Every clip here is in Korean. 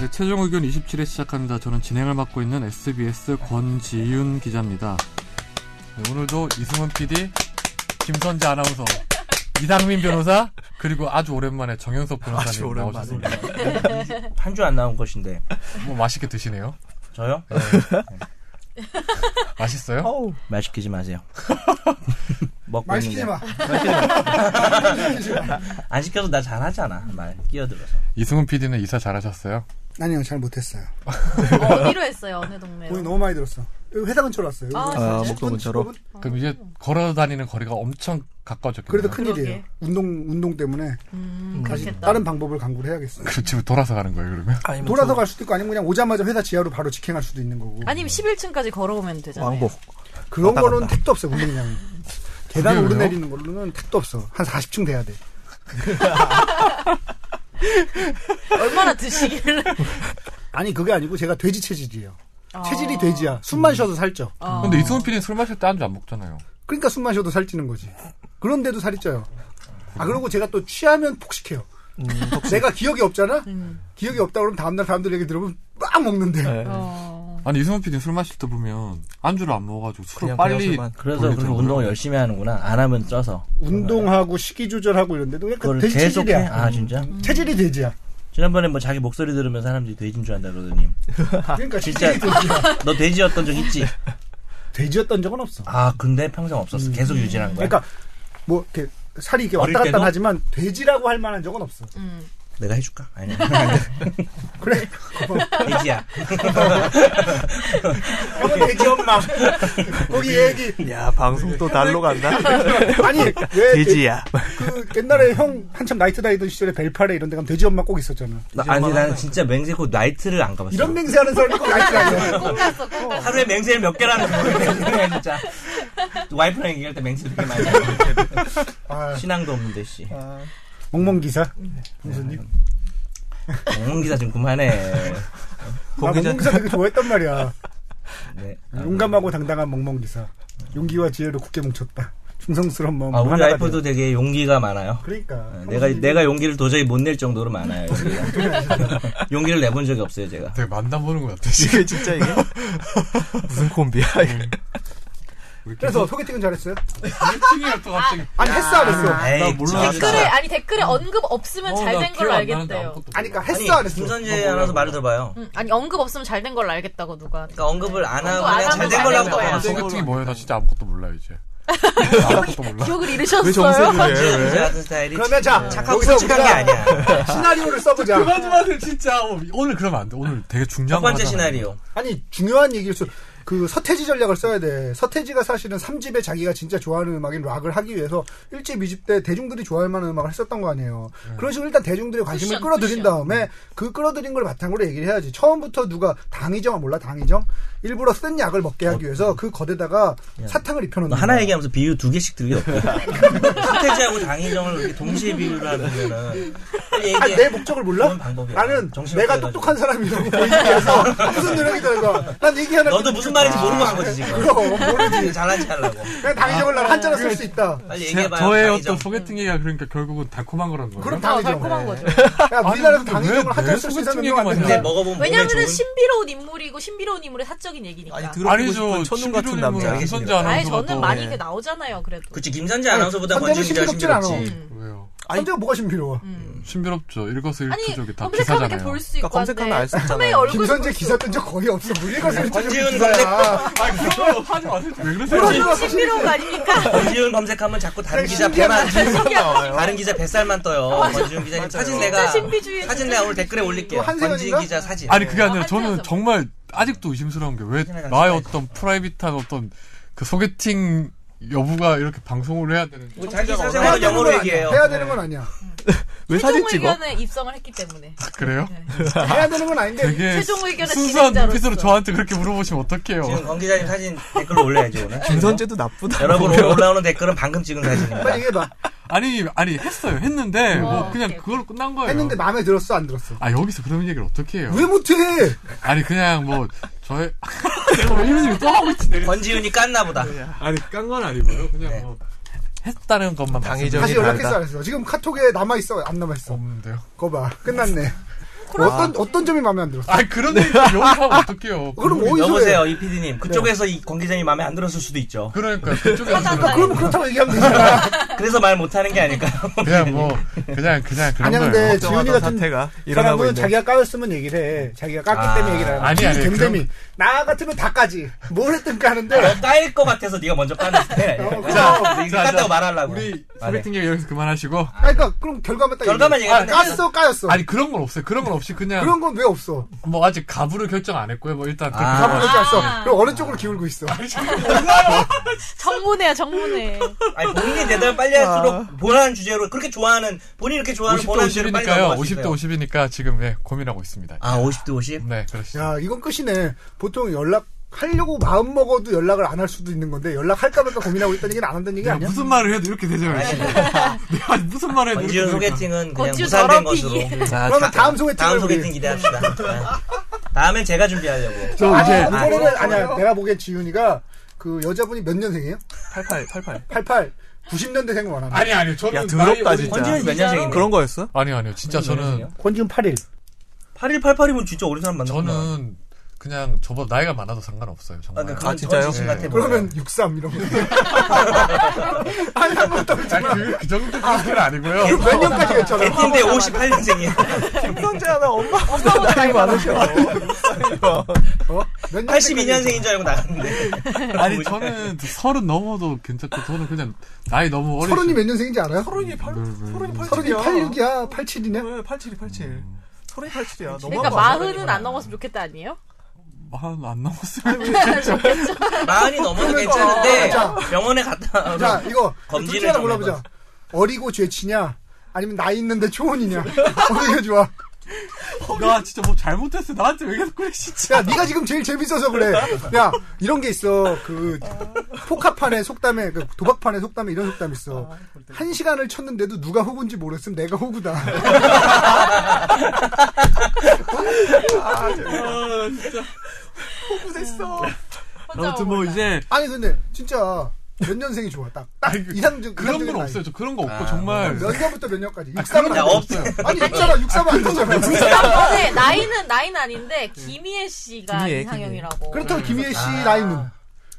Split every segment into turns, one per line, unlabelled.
네, 최종 의견 27회 시작합니다. 저는 진행을 맡고 있는 SBS 권지윤 기자입니다. 네, 오늘도 이승훈 PD, 김선재 아나운서, 이상민 변호사, 그리고 아주 오랜만에 정영섭
아주
변호사님
오랜만에.
나오셨습니다.
한 주 안 나온 것인데
뭐 맛있게 드시네요.
저요?
맛있어요?
어우 말 시키지 마세요. 먹고
말 시키지
있는데.
마.
안 시켜도 나 잘하잖아 말 끼어들어서.
이승훈 PD는 이사 잘하셨어요?
아니요, 잘 못했어요.
어디로 했어요 어느 동네로?
돈이 너무 많이 들었어. 여기 회사 근처로 왔어요.
아,
여기
진짜?
10분,
목동 근처로?
15분?
그럼 이제 걸어 다니는 거리가 엄청 가까워졌겠네요.
그래도
아, 그러게.
큰일이에요. 운동, 운동 때문에
음,
다시
그렇겠다.
다른 방법을 강구를 해야겠어요.
그럼 집에 돌아서 가는 거예요, 그러면?
아니면
돌아서 갈 수도 있고 아니면 그냥 오자마자 회사 지하로 바로 직행할 수도 있는 거고.
아니면 11층까지 걸어오면 되잖아요.
왕복.
그런
왔다
거로는
갔다.
택도 없어요, 분명히. 계단
그래요?
오르내리는 걸로는 택도 없어. 한 40층 돼야 돼.
얼마나 드시길래?
아니, 그게 아니고 제가 돼지 체질이에요.
아.
체질이 돼지야. 숨만 쉬어도 살쪄.
아.
근데 이승훈 PD는 술 마실 때 안주 안 먹잖아요.
그러니까 숨만 쉬어도 살찌는 거지. 그런데도 살이 쪄요. 아, 그리고 제가 또 취하면 폭식해요.
음,
내가 기억이 없잖아? 기억이 없다 그러면 다음날 사람들 얘기 들으면 막 먹는데.
네.
어.
아니, 이승훈 PD는 술 마실 때 보면 안주를 안 먹어가지고 술을
그냥
빨리.
그냥 술만.
그래서 그런 운동을 열심히 하는구나. 안 하면 쪄서.
운동하고 식이 조절하고 이런데도
그걸
그러니까 돼지
계속해.
체질이야. 음.
아 진짜?
체질이 돼지야.
지난번에 뭐 자기 목소리 들으면 사람들이 돼지인 줄 안다 그러더니
그러니까
진짜
체질이 돼지야.
너 돼지였던 적 있지?
돼지였던 적은 없어.
아 근데 평생 없었어. 계속 유지한 거야.
음. 그러니까 뭐 이렇게 살이 이렇게
어릴
왔다 갔다
때도?
하지만 돼지라고 할 만한 적은 없어.
음.
내가 해줄까? 아니
그래.
돼지야.
형은 돼지 엄마. 거기 얘기.
야 방송 또 달로 간다.
아니 왜
돼지야.
그 옛날에 형 한참 나이트 다니던 시절에 벨파레 이런 데 가면 돼지 엄마 꼭 있었잖아.
나- 아니 나는 진짜 맹세코 나이트를 안 가봤어.
이런 맹세하는 사람이 꼭 나이트 다녀.
꼭 갔어, 꼭 갔어.
하루에 맹세를 몇 개라는 거야 진짜. 와이프랑 얘기할 때 맹세 되게 많이 해.
아,
신앙도 없는데 씨.
멍멍 기사.
네.
무슨님?
공기사좀 그만해.
나 멍멍 기사 되게 좋아했단 말이야.
네.
아, 용감하고 당당한 멍멍 기사. 용기와 지혜로 굳게 뭉쳤다. 충성스러운 마음.
아, 우리
하나가
와이프도 되게 용기가 많아요.
되어. 그러니까
어, 내가 내가 용기를 도저히 못 낼 정도로 많아요. 용기가. 용기를 내본 적이 없어요 제가.
되게 만담 보는 것 같아, 지금.
이게 진짜 이게 무슨 콤비야 이게.
우리
그래서 소개팅은 잘했어요?
미팅이야, 또 갑자기.
아니 했어 안 했어?
에이,
몰라.
댓글에 아니 댓글에 언급 없으면
어,
아, 잘
나
된
기억
걸로
안 나는데
알겠대요.
아무것도
아니 그러니까
몰라.
했어 안 했어?
김선재 하나서 말을 들어봐요.
음, 아니 언급 없으면 잘 된 걸로 알겠다고 누가.
그러니까 언급을 안 하고
언급 안
그냥
하면
잘된
잘
걸로
된
하고
거야.
아,
넘어갔어.
소개팅이 뭐예요? 나 진짜 아무것도 몰라, 이제. 아무것도 몰라.
기억을
왜
잃으셨어요?
정색을 해?
김선재
왜?
같은 스타일이
네, 그러면 자
착하고
여기서
솔직한 게
우리가
아니야.
시나리오를 써보자.
그만 좀 하세요, 진짜. 어, 오늘 그러면 안 돼. 오늘 되게
첫
중요한 거
번째
하잖아요.
시나리오.
아니 중요한 얘기일 수 그 서태지 전략을 써야 돼. 서태지가 사실은 3집에 자기가 진짜 좋아하는 음악인 락을 하기 위해서 1집, 2집 때 대중들이 좋아할 만한 음악을 했었던 거 아니에요.
네.
그런 식으로 일단 대중들의 관심을
쿠션,
끌어들인
쿠션.
다음에 그 끌어들인 걸 바탕으로 얘기를 해야지. 처음부터 누가 당의정 아, 몰라 당의정 일부러 쓴 약을 먹게 하기 위해서 그 거대다가
어.
사탕을
예. 너
입혀놓는
하나
거야.
얘기하면서 비유 두 개씩 들게 없다. 서태지하고 장희정을 이렇게 동시에 비유를 하면은 빨리
아,
얘기해.
내 목적을 몰라?
그런 방법이야.
나는
어. 정신없게
내가
해가지고.
똑똑한 사람이라고 보이기 위해서 무슨 노력이 들어가. 난 얘기하는
너도 무슨 말인지 아. 모르고 한 거지 지금.
아, 그럼
모르지. 잘난 체하려고.
그냥 당의정을 난 한자로 쓸 수 있다.
빨리
제-
얘기해봐요.
저의
당의정.
어떤 소개팅 얘기가 그러니까 결국은 달콤한 거란 거예요.
그럼
아,
당의정.
달콤한 거죠.
야, 우리나라에서
근데
당의정을
왜
한자로 쓸 수
소개팅
있다는 명안
얘기만
된다.
근데
해?
먹어본 몸에
왜냐면은
좋은
신비로운 인물이고 신비로운 인물의 사적인 얘기니까.
아니
아니,
들어보고
아니죠.
싶은 천둥 같은
친구들은
남자. 그러니까
김선재 아나운서가
저는
또-
많이
네.
그 나오잖아요 그래도.
그치 김선재
아니,
아나운서보다
선재는
권지윤 기자
신비롭진 않아.
신비롭지.
음.
왜요?
아니.
선재가 뭐가 신비로워.
음.
신비롭죠.
아니
일거수일투족이 다
검색하면 이렇게
기사잖아요.
볼 수 있고
그러니까 검색하면
한데
알 수
선배의
있잖아요.
얼굴
김선재 기사 뜬 적 거의 없어. 뭐 우리가 쓸
네, 권지윤
거야. 아,
어, 하지 마세요. 왜
그러지
그러세요?
마.
신비로운 거 아닙니까?
권지윤 검색하면 자꾸 다른 기자
신기하다.
배만
음. 나와요.
다른 기자 뱃살만
아,
떠요. 권지윤 기자님 사진 내가
신비주의,
사진
진짜
내가 오늘 댓글에
신비주의.
올릴게요.
이거
권지윤
뭐 한세현인가?
기자 사진.
예. 아니 그게 아니라
어,
저는
한편에서.
정말 아직도 의심스러운 게 왜
한편에서
나의
써야지.
어떤 프라이빗한 어떤 그 소개팅 여부가 이렇게 방송을 해야 되는
뭐 자기
청취자가
사생활 영어로 얘기해요.
해야 되는 건 아니야.
왜 사진
최종
찍어?
의견에 입성을 했기 때문에
그래요?
해야 되는 건 아닌데.
되게
최종 의견의
순수한
진행자로서.
눈빛으로 저한테 그렇게 물어보시면 어떡해요?
지금 권 기자님 사진 댓글로 올려야죠 오늘.
김선재도 나쁘다.
여러분 오늘 올라오는 댓글은 방금 찍은 사진입니다.
빨리 얘기해봐.
아니 아니 했어요. 했는데 뭐
어,
그냥
오케이.
그걸로 끝난 거예요.
했는데 마음에 들었어, 안 들었어?
아 여기서 그런 얘기를 어떻게 해요?
왜 못해?
아니 그냥 뭐 저의 내가 왜 이런 얘기 또 하고 있지? 내가.
권지윤이 깠나 보다.
아니 깐 건 아니고요. 그냥
네.
뭐 했다는 것만
당의적-
다시
다르다.
연락했어, 안 했어? 지금 카톡에 남아있어, 안 남아있어?
없는데요.
그거 봐. 끝났네. 어떤 어떤 점이 마음에 안 들었어?
아 그런 얘기 여기서 하면 어떡해요.
그럼
그러니까,
어디서
여보세요, 예. 이 PD님. 그쪽에서 이 관계자님 마음에 안 들었을 수도 있죠.
그러니까 그쪽에서
화장실.
그러면 그렇다고 얘기하면 되잖아.
그래서 말 못하는 게 아닐까요?
그냥 뭐 그냥 그냥 그런
아니
거예요.
근데 지훈이
지훈이가
같은
사태가 일어나고
사람은
있는.
자기가 까였으면 얘기를 해. 자기가 깠기
아,
때문에 얘기를 하는 거야.
아니, 아니,
쟁점이 나 같으면 다 까지. 뭘 했든 까는데.
너 까일 것 같아서 네가 먼저 까는데.
어,
자, 이게
자, 자,
깠다고 말하려고.
우리
아, 네.
소개팅 얘기 여기서 그만하시고
아니, 그러니까 그럼 결과만 딱.
결과만
얘기해.
얘기하면 되죠.
깠어 까였어.
아니 그런 건 없어요. 그런 건 없이 그냥
그런 건 왜 없어?
뭐 아직 가부를 결정 안 했고요. 뭐 일단
아.
가불
가부
하지 않았어.
아.
그럼 어느 쪽으로 기울고 있어?
정문회야 정문회.
아니 본인이 대답을 빨리 할수록 본하는 주제로 그렇게 좋아하는 본인이 이렇게 좋아하는
50대
본하는 주제로 빨리 넘어갈
50이니까요.
수
50대
있어요.
50이니까 지금 네, 고민하고 있습니다.
아 50대 50?
네 그렇죠.
야, 이건 끝이네. 보통 연락 하려고 마음 먹어도 연락을 안 할 수도 있는 건데 연락할까 말까 고민하고 있다는 얘기는 안 한다는 얘기
내가
아니야?
무슨 말을 해도 이렇게 되잖아요. 내가 무슨 말을 해도 이렇게
권지훈
되니까.
소개팅은 그냥
권지훈
무산된
더럽이.
것으로.
자,
그러면 다음 소개팅을
다음
우리-
소개팅 기대합시다. 네. 다음엔 제가 준비하려고.
저 이제
아, 이번에는 아니야. 내가 보기엔 지훈이가 그 여자분이 몇 년생이에요?
88, 88.
88, 90년대생을 원하는.
아니 아니요. 저는
야, 더럽다,
나이-
진짜.
권지훈이 몇 년생인데?
그런 거였어?
아니요 아니요. 진짜 저는
권지훈 8일.
8188이면 진짜 어린 사람 만났구나.
저는 그냥 저보다 나이가 많아도 상관없어요.
아,
정말.
그러니까
아, 진짜요?
신 같아 보여.
그러면 63 이런 거. 아니 한 번도 없지.
아니, 그, 그 정도까지는 아니고요.
몇 년까지 했잖아.
개띠인데 58년생이에요.
김선재 하나 엄마보다 나이 많으셔.
어? 몇 년까지
82년생인 줄 알고 나갔는데.
아니 저는 그 서른 넘어도 괜찮고 저는 그냥 나이 너무 어리.
서른이 몇 년생인지 알아요?
서른이 8, 음, 서른이 87이야.
서른이 86이야, 87이네.
87이 87. 서른이 87이야.
그러니까 마흔은 안 넘었으면 좋겠다 아니에요?
아, 안 넘었어요.
마흔이 넘어도 괜찮은데 병원에 갔다 오면
그러니까. 아, 자, 이거
검진을
둘째 하나
좀
골라보자.
해봐.
어리고 죄치냐? 아니면 나이 있는데 초혼이냐? 어느 게 좋아?
나 진짜 뭐 잘못했어. 나한테 왜 계속 그래 진짜.
야, 네가 지금 제일 재밌어서 그래. 야, 이런 게 있어. 그 포카판에 속담에, 그 도박판에 속담에 이런 속담 있어. 한 시간을 쳤는데도 누가 호구인지 모르겠으면 내가 호구다.
됐어.
아무튼 뭐 이제
아니 근데 진짜 몇 년생이 좋아? 딱, 딱
아니, 그-
이상적
그런
이상적인
건
나이.
없어요. 저 그런 거 없고 정말
뭐 몇 년부터 몇 년까지? 63은
건
안
없어요.
아니 63은 63은 안 되잖아.
지난번에 나이는 나이는 아닌데 김희애 씨가
김희애,
이상형이라고.
음, 그렇다고 김희애 씨 나이는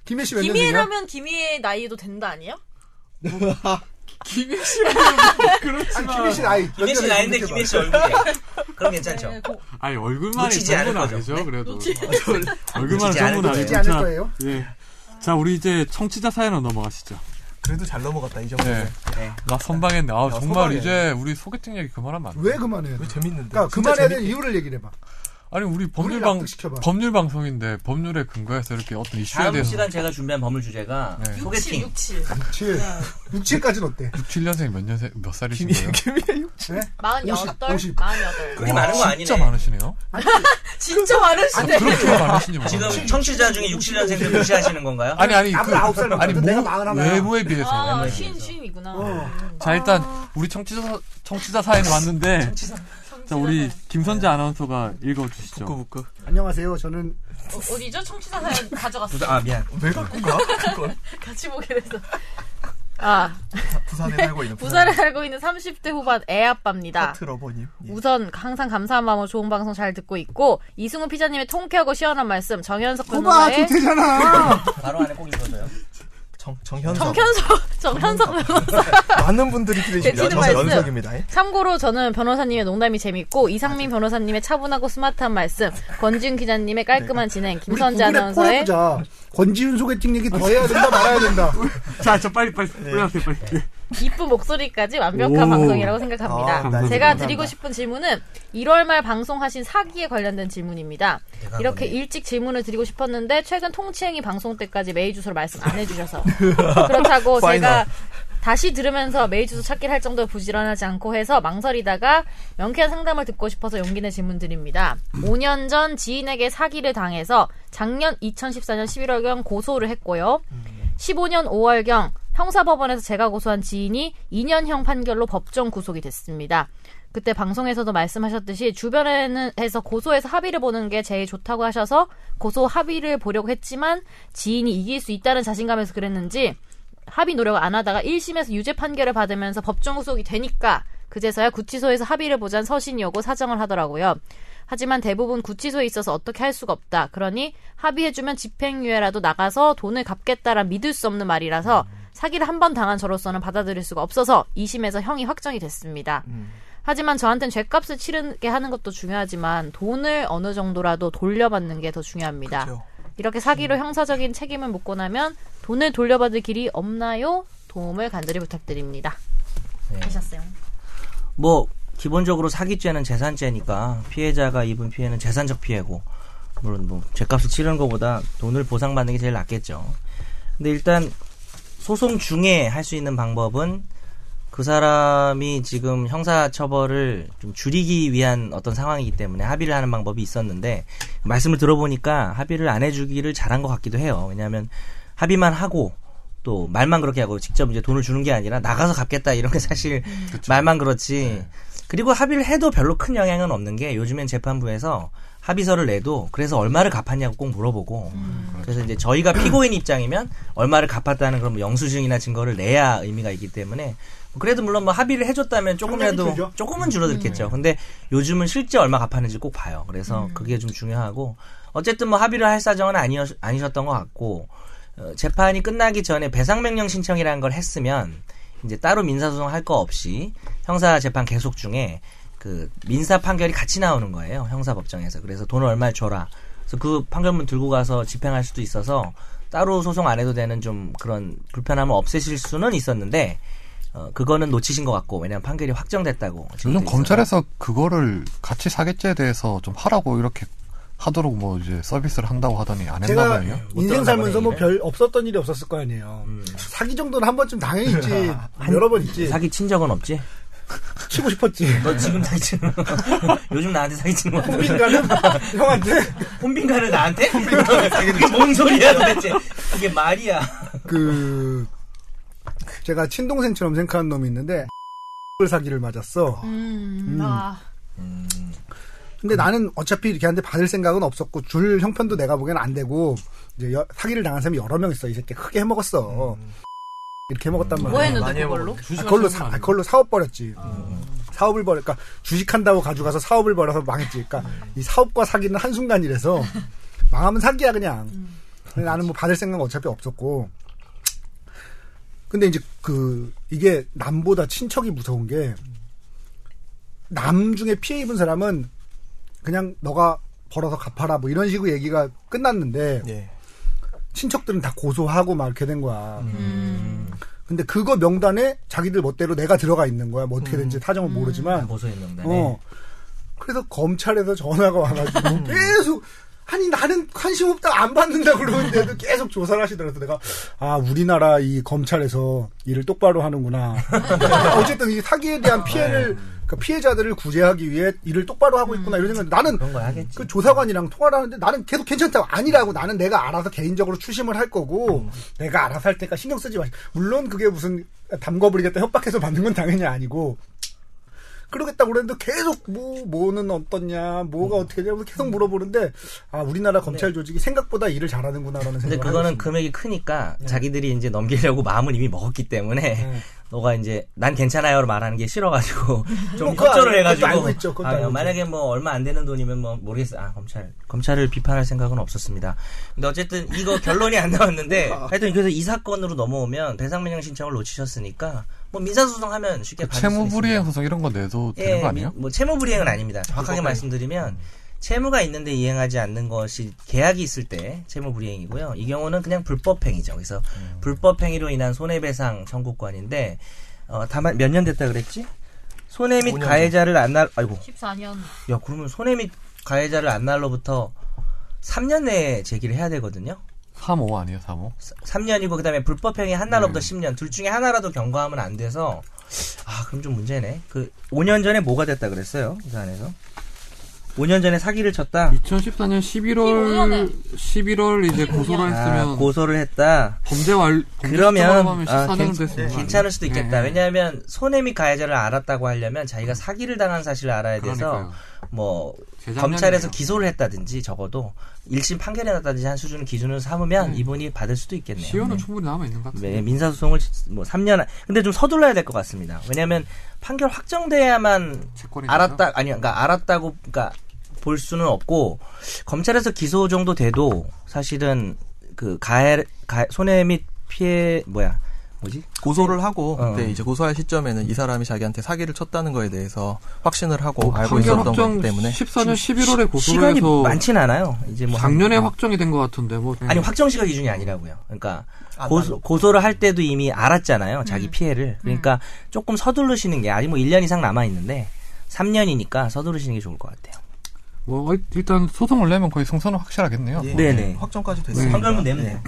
김희애 씨 몇 년생이야?
김희애라면 김희애 나이도 된다 아니에요?
김혜 씨
아니
그렇지만
김희애 씨 나이 몇
김혜 씨
년생인지
나인데
검색해봐.
김혜 씨 얼굴이야. 그럼 괜찮죠.
네, 고-
아니 얼굴만
놓치지 않을
있는 건
거죠.
아니죠. 그래도 얼굴만
놓치지
전문
않을
아니고
거죠. 놓치지
자,
않을 거예요.
예. 자 우리 이제 청취자 사연으로 넘어가시죠.
그래도 잘 넘어갔다, 이 정도.
네.
네.
나 선방했네. 아 정말
선방이네.
이제 우리 소개팅 얘기 그만하면 안 돼.
왜 그만해요?
왜 재밌는데?
그러니까
진짜
그만해야
재밌-
되는 이유를 얘기를 해봐.
아니 우리 법률
우리를
방
납득시켜봐.
법률 방송인데 법률에 근거해서 이렇게 어떤 이슈에
다음
대해서
시간 제가 준비한 범을 주제가
네.
육칠,
소개팅.
육칠.
7, 6, 7까지는 어때? 네?
7년생 몇 년생 몇 살이신
김이,
거예요?
김이,
마흔여덟,
50.
마흔여덟.
그리 많은 거 아니네.
진짜 많으시네요.
진짜 많으시네.
그렇게 많으신지 모르겠어요.
지금 청취자 중에 67년생들 무시하시는 건가요?
아니 아니 그
아무나 아홉 살
아니
많거든. 내가
모-
마흔 하나야.
외모에 비해서.
아, 쉰, 쉰이구나. 음.
자 일단 우리 청취자 사- 청취자 사연이 왔는데 자 네. 우리 김선재 아나운서가 읽어주시죠.
부끄부끄.
안녕하세요. 저는
어, 어디죠? 청취자 사연 가져갔어.
부산- 아 미안.
왜 갖고 가? 그걸.
같이 보게 돼서. 아,
부산에 살고 있는
부산에 살고 있는 30대 후반 애아빠입니다.
트러버님. 예.
우선 항상 감사한 마음으로 좋은 방송 잘 듣고 있고 이승우 피자님의 통쾌하고 시원한 말씀 정현석
꼬마
변호사의
좋대잖아.
바로 안에 꼭 읽어줘요.
정, 정현석.
정현석 정현석 변호사
많은 분들이 들으시죠.
대치는
저
말씀.
연석입니다. 예.
참고로 저는 변호사님의 농담이 재밌고 이상민 변호사님의 차분하고 스마트한 말씀 권지훈 기자님의 깔끔한 진행
우리
김선재
구글에
아나운서의
뽀려보자. 권지윤 소개팅 얘기 더 해야 된다 말아야 된다.
그, 자 저 빨리 빨리 빨리 하세요 빨리. 네.
이쁜 목소리까지 완벽한
오.
방송이라고
아,
생각합니다.
감사합니다.
제가
감사합니다.
드리고 싶은 질문은 1월 말 방송하신 사기에 관련된 질문입니다. 이렇게 일찍 질문을 드리고 싶었는데 최근 통치행위 방송 때까지 메일 주소를 말씀 안 해주셔서 그렇다고 제가
파이널.
다시 들으면서 메일 주소 찾기를 할 정도로 부지런하지 않고 해서 망설이다가 명쾌한 상담을 듣고 싶어서 용기 내 질문 드립니다. 5년 전 지인에게 사기를 당해서 작년 2014년 11월경 고소를 했고요. 15년 5월경 형사법원에서 제가 고소한 지인이 2년형 판결로 법정 구속이 됐습니다. 그때 방송에서도 말씀하셨듯이 주변에는 해서 고소해서 합의를 보는 게 제일 좋다고 하셔서 고소 합의를 보려고 했지만 지인이 이길 수 있다는 자신감에서 그랬는지 합의 노력을 안 하다가 1심에서 유죄 판결을 받으면서 법정 구속이 되니까 그제서야 구치소에서 합의를 보잔 서신이 오고 사정을 하더라고요. 하지만 대부분 구치소에 있어서 어떻게 할 수가 없다. 그러니 합의해주면 집행유예라도 나가서 돈을 갚겠다란 믿을 수 없는 말이라서 사기를 한 번 당한 저로서는 받아들일 수가 없어서 2심에서 형이 확정이 됐습니다. 하지만 저한텐 죗값을 치르게 하는 것도 중요하지만 돈을 어느 정도라도 돌려받는 게 더 중요합니다.
그렇죠.
이렇게 사기로 형사적인 책임을 묻고 나면 돈을 돌려받을 길이 없나요? 도움을 간절히 부탁드립니다.
네.
하셨어요.
뭐 기본적으로 사기죄는 재산죄니까 피해자가 입은 피해는 재산적 피해고 물론 뭐 죄값을 치르는 것보다 돈을 보상받는 게 제일 낫겠죠. 근데 일단 소송 중에 할 수 있는 방법은 그 사람이 지금 형사 처벌을 좀 줄이기 위한 어떤 상황이기 때문에 합의를 하는 방법이 있었는데 말씀을 들어보니까 합의를 안 해주기를 잘한 것 같기도 해요. 왜냐하면 합의만 하고 또 말만 그렇게 하고 직접 이제 돈을 주는 게 아니라 나가서 갚겠다 이런 게 사실 말만 그렇지. 그리고 합의를 해도 별로 큰 영향은 없는 게 요즘엔 재판부에서 합의서를 내도 그래서 얼마를 갚았냐고 꼭 물어보고
음, 그렇죠.
그래서 이제 저희가 피고인 입장이면 얼마를 갚았다는 그런 뭐 영수증이나 증거를 내야 의미가 있기 때문에 그래도 물론 뭐 합의를 해줬다면
상당히
조금이라도
줄죠. 음.
조금은 줄어들겠죠. 근데 요즘은 실제 얼마 갚았는지 꼭 봐요. 그래서 그게 좀 중요하고 어쨌든 뭐 합의를 할 사정은 아니었, 아니셨던 것 같고 어, 재판이 끝나기 전에 배상 명령 신청이라는 걸 했으면 이제 따로 민사소송 할 거 없이 형사 재판 계속 중에 그 민사 판결이 같이 나오는 거예요 형사 법정에서 그래서 돈을 얼마 줘라 그래서 그 판결문 들고 가서 집행할 수도 있어서 따로 소송 안 해도 되는 좀 그런 불편함을 없애실 수는 있었는데 어, 그거는 놓치신 것 같고 왜냐면 판결이 확정됐다고 지금
요즘
돼 있어요.
검찰에서 그거를 같이 사기죄에 대해서 좀 하라고 이렇게 하도록 뭐 이제 서비스를 한다고 하더니 안 했나
제가
봐요.
인생
어떤
살면서 뭐
사건이에요?
별 없었던 일이 없었을 거 아니에요. 사기 정도는 한 번쯤 당연히 있지. 여러 번 있지.
사기 친 적은 없지?
치고 싶었지.
너 지금 사기 치는 거 요즘 나한테 사기 치는 거
홍빈가는 형한테
혼빈가를 나한테? 그게 뭔 소리야 도대체 그게 말이야
그 제가 친동생처럼 생각하는 놈이 있는데 사기를 맞았어.
음,
음.
아,
근데 나는 어차피 이렇게 한데 받을 생각은 없었고 줄 형편도 내가 보기엔 안 되고 이제 여- 사기를 당한 사람이 여러 명 있어. 이 새끼 크게 해먹었어. 이렇게 해먹었단 말이야.
음.
뭐
많이
했는데
해먹어.
그걸로?
아, 그걸로 사, 아, 그걸로 사업 벌였지. 사업을 벌, 그러니까 주식한다고 가져가서 사업을 벌여서 망했지. 그러니까 이 사업과 사기는 한 순간이라서 망하면 사기야 그냥. 근데 나는 뭐 받을 생각 은 어차피 없었고. 근데 이제 그 이게 남보다 친척이 무서운 게 남 중에 피해 입은 사람은 그냥 너가 벌어서 갚아라 뭐 이런 식으로 얘기가 끝났는데
예.
친척들은 다 고소하고 막 이렇게 된 거야.
음.
근데 그거 명단에 자기들 멋대로 내가 들어가 있는 거야. 뭐 어떻게 된지 사정은 모르지만.
고소인 명단에
어. 그래서 검찰에서 전화가
음.
와가지고 계속 아니 나는 관심 없다 안 받는다 그러는데도 계속 조사를 하시더라서 내가 아 우리나라 이 검찰에서 일을 똑바로 하는구나 어쨌든 이 사기에 대한 피해를
네.
그러니까 피해자들을 구제하기 위해 일을 똑바로 하고 있구나 이런 생각 나는
그런 거 하겠지
그 조사관이랑 통화를 하는데 나는 계속 괜찮다고 아니라고 나는 내가 알아서 개인적으로 추심을 할 거고
음.
내가 알아서 할 테니까 신경 쓰지 마시 물론 그게 무슨 담궈버리겠다 협박해서 받는 건 당연히 아니고 그러겠다고 그랬는데 계속 뭐 뭐는 어떻냐 뭐가 어떻게 되냐 계속 물어보는데 아 우리나라 검찰 조직이 생각보다 일을 잘하는구나라는
근데
생각을
그거는
하고
금액이 크니까 자기들이 이제 넘기려고 마음을 이미 먹었기 때문에
네.
너가 이제 난 괜찮아요로 말하는 게 싫어가지고 좀
뭐 그거
협조를
알-
해가지고
그것도 알고 있죠. 그것도
아,
알고 있죠.
만약에 뭐 얼마 안 되는 돈이면 뭐 모르겠어 아 검찰 검찰을 비판할 생각은 없었습니다. 근데 어쨌든 이거 결론이 안 나왔는데
아.
하여튼 그래서 이 사건으로 넘어오면 배상명령 신청을 놓치셨으니까 뭐 민사소송하면 쉽게 받을 수 있습니다.
그 채무불이행 소송 이런 거 내도 되는 거 아니에요?
뭐 채무 불이행은 아닙니다. 정확하게 말씀드리면 채무가 있는데 이행하지 않는 것이 계약이 있을 때 채무 불이행이고요. 이 경우는 그냥 불법 행위죠. 그래서
음.
불법 행위로 인한 손해배상 청구권인데 어, 다만 몇 년 됐다 그랬지? 손해 및 가해자를 안 날, 아이고,
14년.
야 그러면 손해 및 가해자를 안 날로부터 3년 내에 제기를 해야 되거든요.
3호 아니에요, 3호?
3년이고 그다음에 불법행위 한 날로부터 10년 둘 중에 하나라도 경과하면 안 돼서 아 그럼 좀 문제네. 그 5년 전에 뭐가 됐다 그랬어요 이 사안에서 5년 전에 사기를 쳤다.
2014년 11월 11월 이제 고소를
아,
했으면
고소를 했다.
범죄 완
그러면 아,
14년을
괜-
됐습니다.
괜찮을 수도 있겠다.
예, 예.
왜냐하면 손해미 가해자를 알았다고 하려면 자기가 사기를 당한 사실을 알아야 돼서
그러니까요.
뭐
재작년이네요.
검찰에서 기소를 했다든지 적어도 1심 판결이 났다든지 한 수준을 기준으로 삼으면 이분이 받을 수도 있겠네요.
음. 시효는 충분히 남아 있는 것 같아요.
네, 민사소송을 뭐 3년 근데 좀 서둘러야 될 것 같습니다. 왜냐하면 판결 확정돼야만
채권이
알았다 아니 그러니까 알았다고 그러니까 볼 수는 없고 검찰에서 기소 정도 돼도 사실은 그 가해 가 손해 및 피해 뭐야 뭐지
고소를 하고
어.
그때 이제 고소할 시점에는 이 사람이 자기한테 사기를 쳤다는 거에 대해서 확신을 하고 알고
판결
있었던
확정
거기 때문에
14년 11월에 고소를
시간이
해서
많진 않아요. 이제 뭐 한-
작년에
어.
확정이 된 것 같은데 뭐
아니 확정시가 기준이 아니라고요. 그러니까
아,
고소,
나도.
고소를 할 때도 이미 알았잖아요. 자기
음.
피해를. 그러니까 조금 서두르시는 게 아직 뭐 1년 이상 남아 있는데 3년이니까 서두르시는 게 좋을 것 같아요.
뭐 일- 일단 소송을 내면 거의
성선은 확실하겠네요.
예,
네네.
확정까지 됐습니다.
판결문 내면 돼요.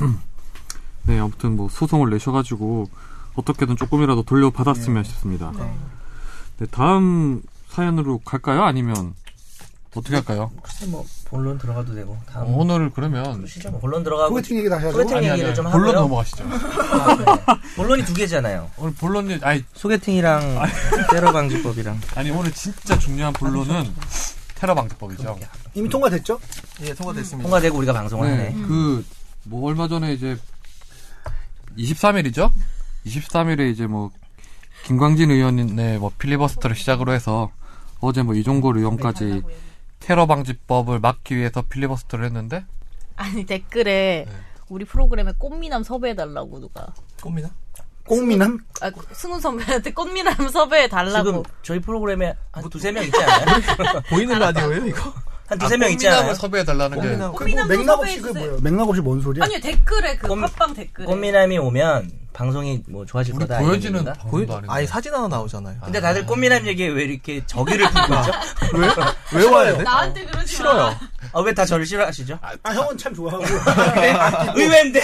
네 아무튼 뭐 소송을 내셔가지고 어떻게든 조금이라도 돌려받았으면 싶습니다.
네.
네, 다음 사연으로 갈까요? 아니면
어떻게 할까요?
글쎄 뭐 본론 들어가도 되고 다음
어, 오늘 그러면
시죠. 뭐 본론 들어가고
소개팅 얘기 다시 하죠.
소개팅
아니 아니
얘기를 네, 좀
본론
하고요.
넘어가시죠.
아, 네. 본론이 두 개잖아요. 네.
오늘 본론 얘기- 아니
소개팅이랑 테러 방지법이랑
아니 오늘 진짜 중요한 본론은 테러 방지법이죠.
이미 통과됐죠?
예, 통과됐습니다.
통과되고 우리가 방송을 하네.
음.
그 뭐 얼마 전에 이제 23일이죠? 23일에 이제 뭐 김광진 의원의 뭐 필리버스터를 시작으로 해서 어제 뭐 이종걸
네,
의원까지 테러 방지법을 막기 위해서 필리버스터를 했는데
아니 댓글에 우리 프로그램에 꽃미남 섭외해달라고 누가
꼽니다.
꽁미남?
아, 승훈 선배한테 꽃미남 섭외해달라고
지금 저희 프로그램에 한 두세 명 있지 않아요?
보이는 라디오예요, 이거?
한 두세 명 있지 않아요?
섭외해 달라는 게
꼽니다.
꽃미남 좀
맥락 없이 그게
섭외해주세요.
뭐예요? 맥락 없이 뭔 소리야?
아니요 댓글에 그
꽃-
팟빵 댓글에
꽃미남이 오면 방송이 뭐 좋아질
우리
거다.
보여지는
이런 얘기인가?
보이,
방법도 아닌데.
아예 사진 하나 나오잖아요.
근데 다들 꽃미남 얘기에 왜 이렇게 저기를 품고 있죠?
아, 왜 와야 돼?
나한테 그러지
싫어요.
아, 왜 다 저를 싫어하시죠?
아, 형은 참 좋아하고.
그래? 의외인데?